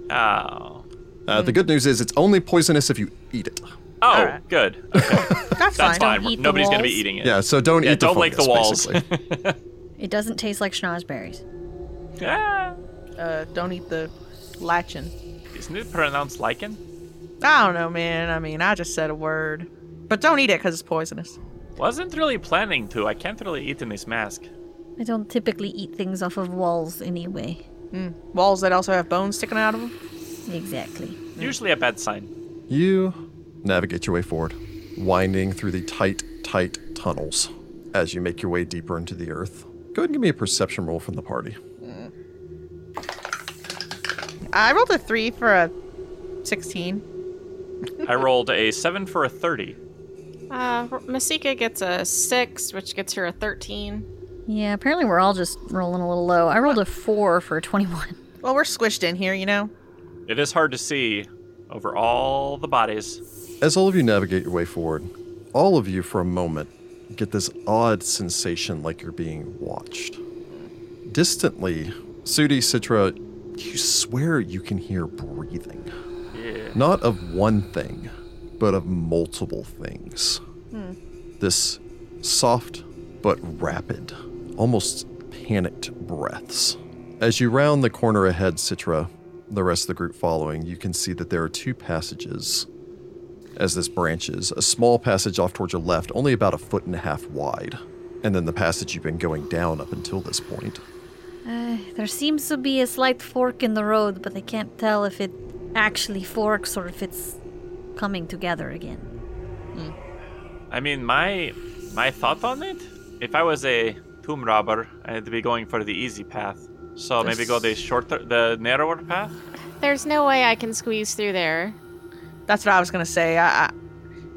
S4: Oh.
S1: Uh, The good news is it's only poisonous if you eat it.
S4: Oh,
S2: Alright.
S4: good. Okay,
S2: That's,
S4: that's
S2: fine.
S4: fine.
S3: Don't eat the
S4: Nobody's going to be
S3: walls.
S4: eating it.
S1: Yeah, so don't
S4: Yeah,
S1: eat the
S4: don't lick the
S1: fungus,
S4: walls.
S1: basically.
S3: It doesn't taste like schnozberries.
S4: Ah,
S2: Uh, don't eat the lichen.
S4: Isn't it pronounced lichen?
S2: I don't know, man. I mean, I just said a word. But don't eat it because it's poisonous.
S4: Wasn't really planning to. I can't really eat in this mask.
S3: I don't typically eat things off of walls anyway.
S2: Mm. Walls that also have bones sticking out of them.
S3: Exactly.
S4: Usually a bad sign.
S1: You navigate your way forward, winding through the tight, tight tunnels as you make your way deeper into the earth. Go ahead and give me a perception roll from the party.
S2: I rolled a 3 for a 16.
S4: I rolled a 7 for a 30.
S5: Uh, Masika gets a 6, which gets her a 13.
S3: Yeah, apparently we're all just rolling a little low. I rolled a four for a 21.
S2: Well, we're squished in here, you know?
S4: It is hard to see over all the bodies.
S1: As all of you navigate your way forward, all of you for a moment get this odd sensation like you're being watched. Distantly, Sudi, Citra, you swear you can hear breathing.
S4: Yeah.
S1: Not of one thing, but of multiple things. This soft but rapid, almost panicked breaths. As you round the corner ahead, Citra, the rest of the group following, you can see that there are two passages as this branches a small passage off towards your left, only about a foot and a half wide, and then the passage you've been going down up until this point.
S3: Uh, there seems to be a slight fork in the road, but I can't tell if it actually forks or if it's coming together again.
S4: I mean, my my thought on it, if I was a tomb robber, I'd be going for the easy path. So maybe go the shorter, the narrower path.
S5: There's no way I can squeeze through there.
S2: That's what I was going to say. I, I,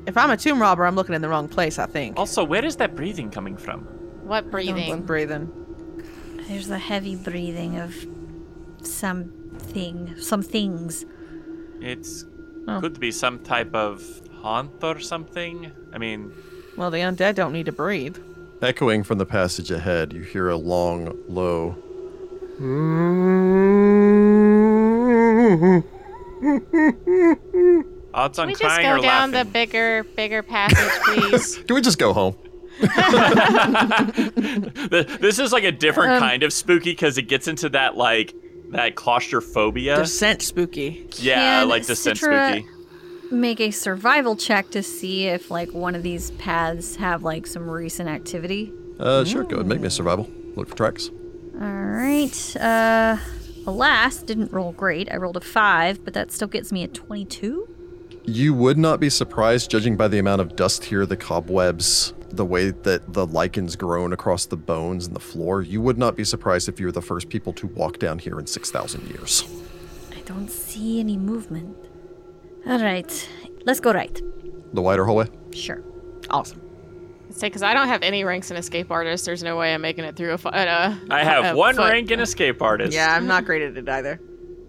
S2: if I'm a tomb robber, I'm looking in the wrong place, I think.
S4: Also, where is that breathing coming from?
S5: What
S2: I'm
S5: breathing?
S2: breathing.
S3: There's a heavy breathing of something, some things.
S4: It's
S3: Oh.
S4: could be some type of haunt or something. I mean,
S2: Well, the undead don't need to breathe.
S1: Echoing from the passage ahead, you hear a long, low.
S4: odds on
S5: Can we just
S4: crying or
S5: go down the
S4: laughing.
S5: bigger, bigger passage, please?
S1: Can we just go home?
S4: Th- this is like a different kind of spooky because it gets into that like that claustrophobia.
S2: The scent spooky.
S4: yeah,
S3: Can
S4: like the sense
S3: Citra-
S4: spooky.
S3: Make a survival check to see if, like, one of these paths have, like, some recent activity.
S1: Uh, sure, go ahead. Make me a survival. Look for tracks.
S3: Alright, uh, alas, didn't roll great. I rolled a five, but that still gets me a 22.
S1: You would not be surprised, judging by the amount of dust here, the cobwebs, the way that the lichens grown across the bones and the floor. You would not be surprised if you were the first people to walk down here in 6,000 years.
S3: I don't see any movement. All right, let's go right.
S1: The wider hallway?
S3: Sure.
S2: Awesome.
S5: Say, because I don't have any ranks in escape artist. There's no way I'm making it through a. Fu- uh,
S4: I have
S5: a
S4: one
S5: foot.
S4: rank in escape artist.
S2: Yeah, I'm not great at it either.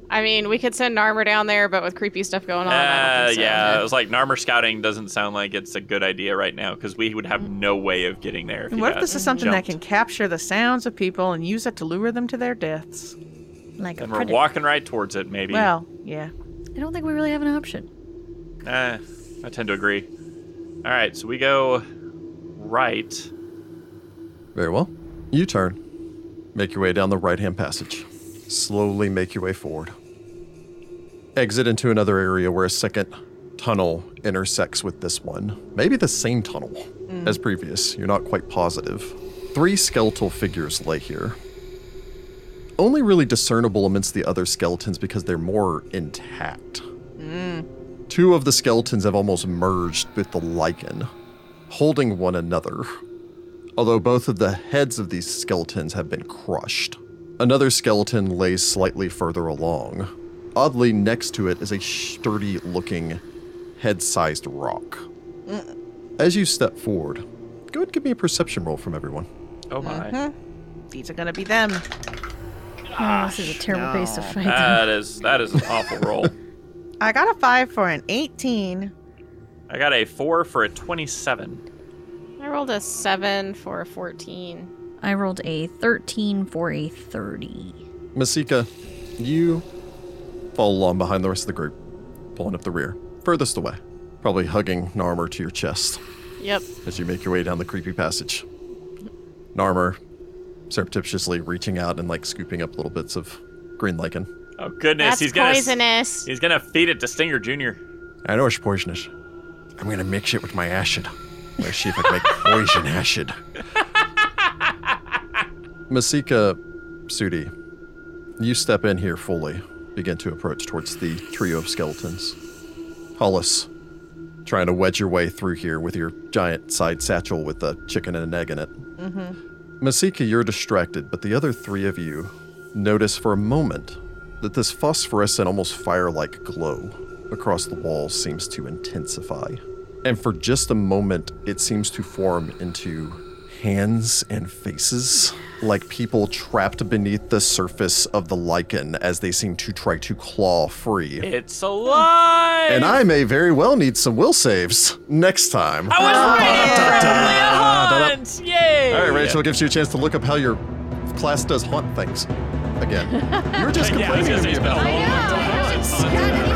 S5: I mean, we could send Narmer down there, but with creepy stuff going on, I don't
S4: Uh,
S5: think so.
S4: yeah, it was like Narmer scouting doesn't sound like it's a good idea right now because we would have no way of getting there. If
S2: And
S4: you
S2: what if
S4: got
S2: this is something that can
S4: jumped.
S2: capture the sounds of people and use it to lure them to their deaths?
S3: Like a
S4: And we're
S3: predator.
S4: walking right towards it, maybe.
S2: Well, yeah.
S3: I don't think we really have an option.
S4: Eh, I tend to agree. All right, so we go right.
S1: Very well. You turn. Make your way down the right hand passage. Slowly make your way forward. exit into another area where a second tunnel intersects with this one. Maybe the same tunnel as previous. You're not quite positive. Three skeletal figures lay here. Only really discernible amidst the other skeletons because they're more intact. Two of the skeletons have almost merged with the lichen, holding one another, although both of the heads of these skeletons have been crushed. Another skeleton lays slightly further along. Oddly, next to it is a sturdy looking, head sized rock. As you step forward, go ahead and give me a perception roll from everyone.
S4: Oh my.
S2: These are gonna be them.
S3: Oh, this is a terrible place to fight.
S4: That is that is an awful roll.
S2: I got a five for an 18.
S4: I got a four for a twenty-seven.
S5: I rolled a seven for a fourteen.
S3: I rolled a 13 for a 30.
S1: Masika, you follow along behind the rest of the group, pulling up the rear, furthest away, probably hugging Narmer to your chest
S5: Yep.
S1: as you make your way down the creepy passage. Narmer surreptitiously reaching out and like scooping up little bits of green lichen.
S4: Oh goodness,
S5: That's
S4: he's gonna s-
S5: poisonous.
S4: he's gonna feed it to Stinger Junior.
S1: I know it's poisonous. I'm gonna mix it with my acid. Let's see if I can make poison acid. Masika, Sudi, you step in here fully, begin to approach towards the trio of skeletons. Hollis, trying to wedge your way through here with your giant side satchel with a chicken and an egg in it. Masika, you're distracted, but the other three of you notice for a moment that this phosphorescent, almost fire like glow across the wall seems to intensify. And for just a moment, it seems to form into hands and faces, like people trapped beneath the surface of the lichen as they seem to try to claw free.
S4: It's alive.
S1: And I may very well need some will saves next time.
S4: I was ready for
S1: Da-da-da-da-da.
S4: a hunt. Yay!
S1: Ah, All right, Rachel, it gives you a chance to look up how your class does haunt things. Again, you were just
S4: Yeah, I
S1: complaining
S4: was gonna
S1: to
S4: say
S1: me
S4: it's been a
S1: about
S4: long
S1: that.
S4: time since I've done it.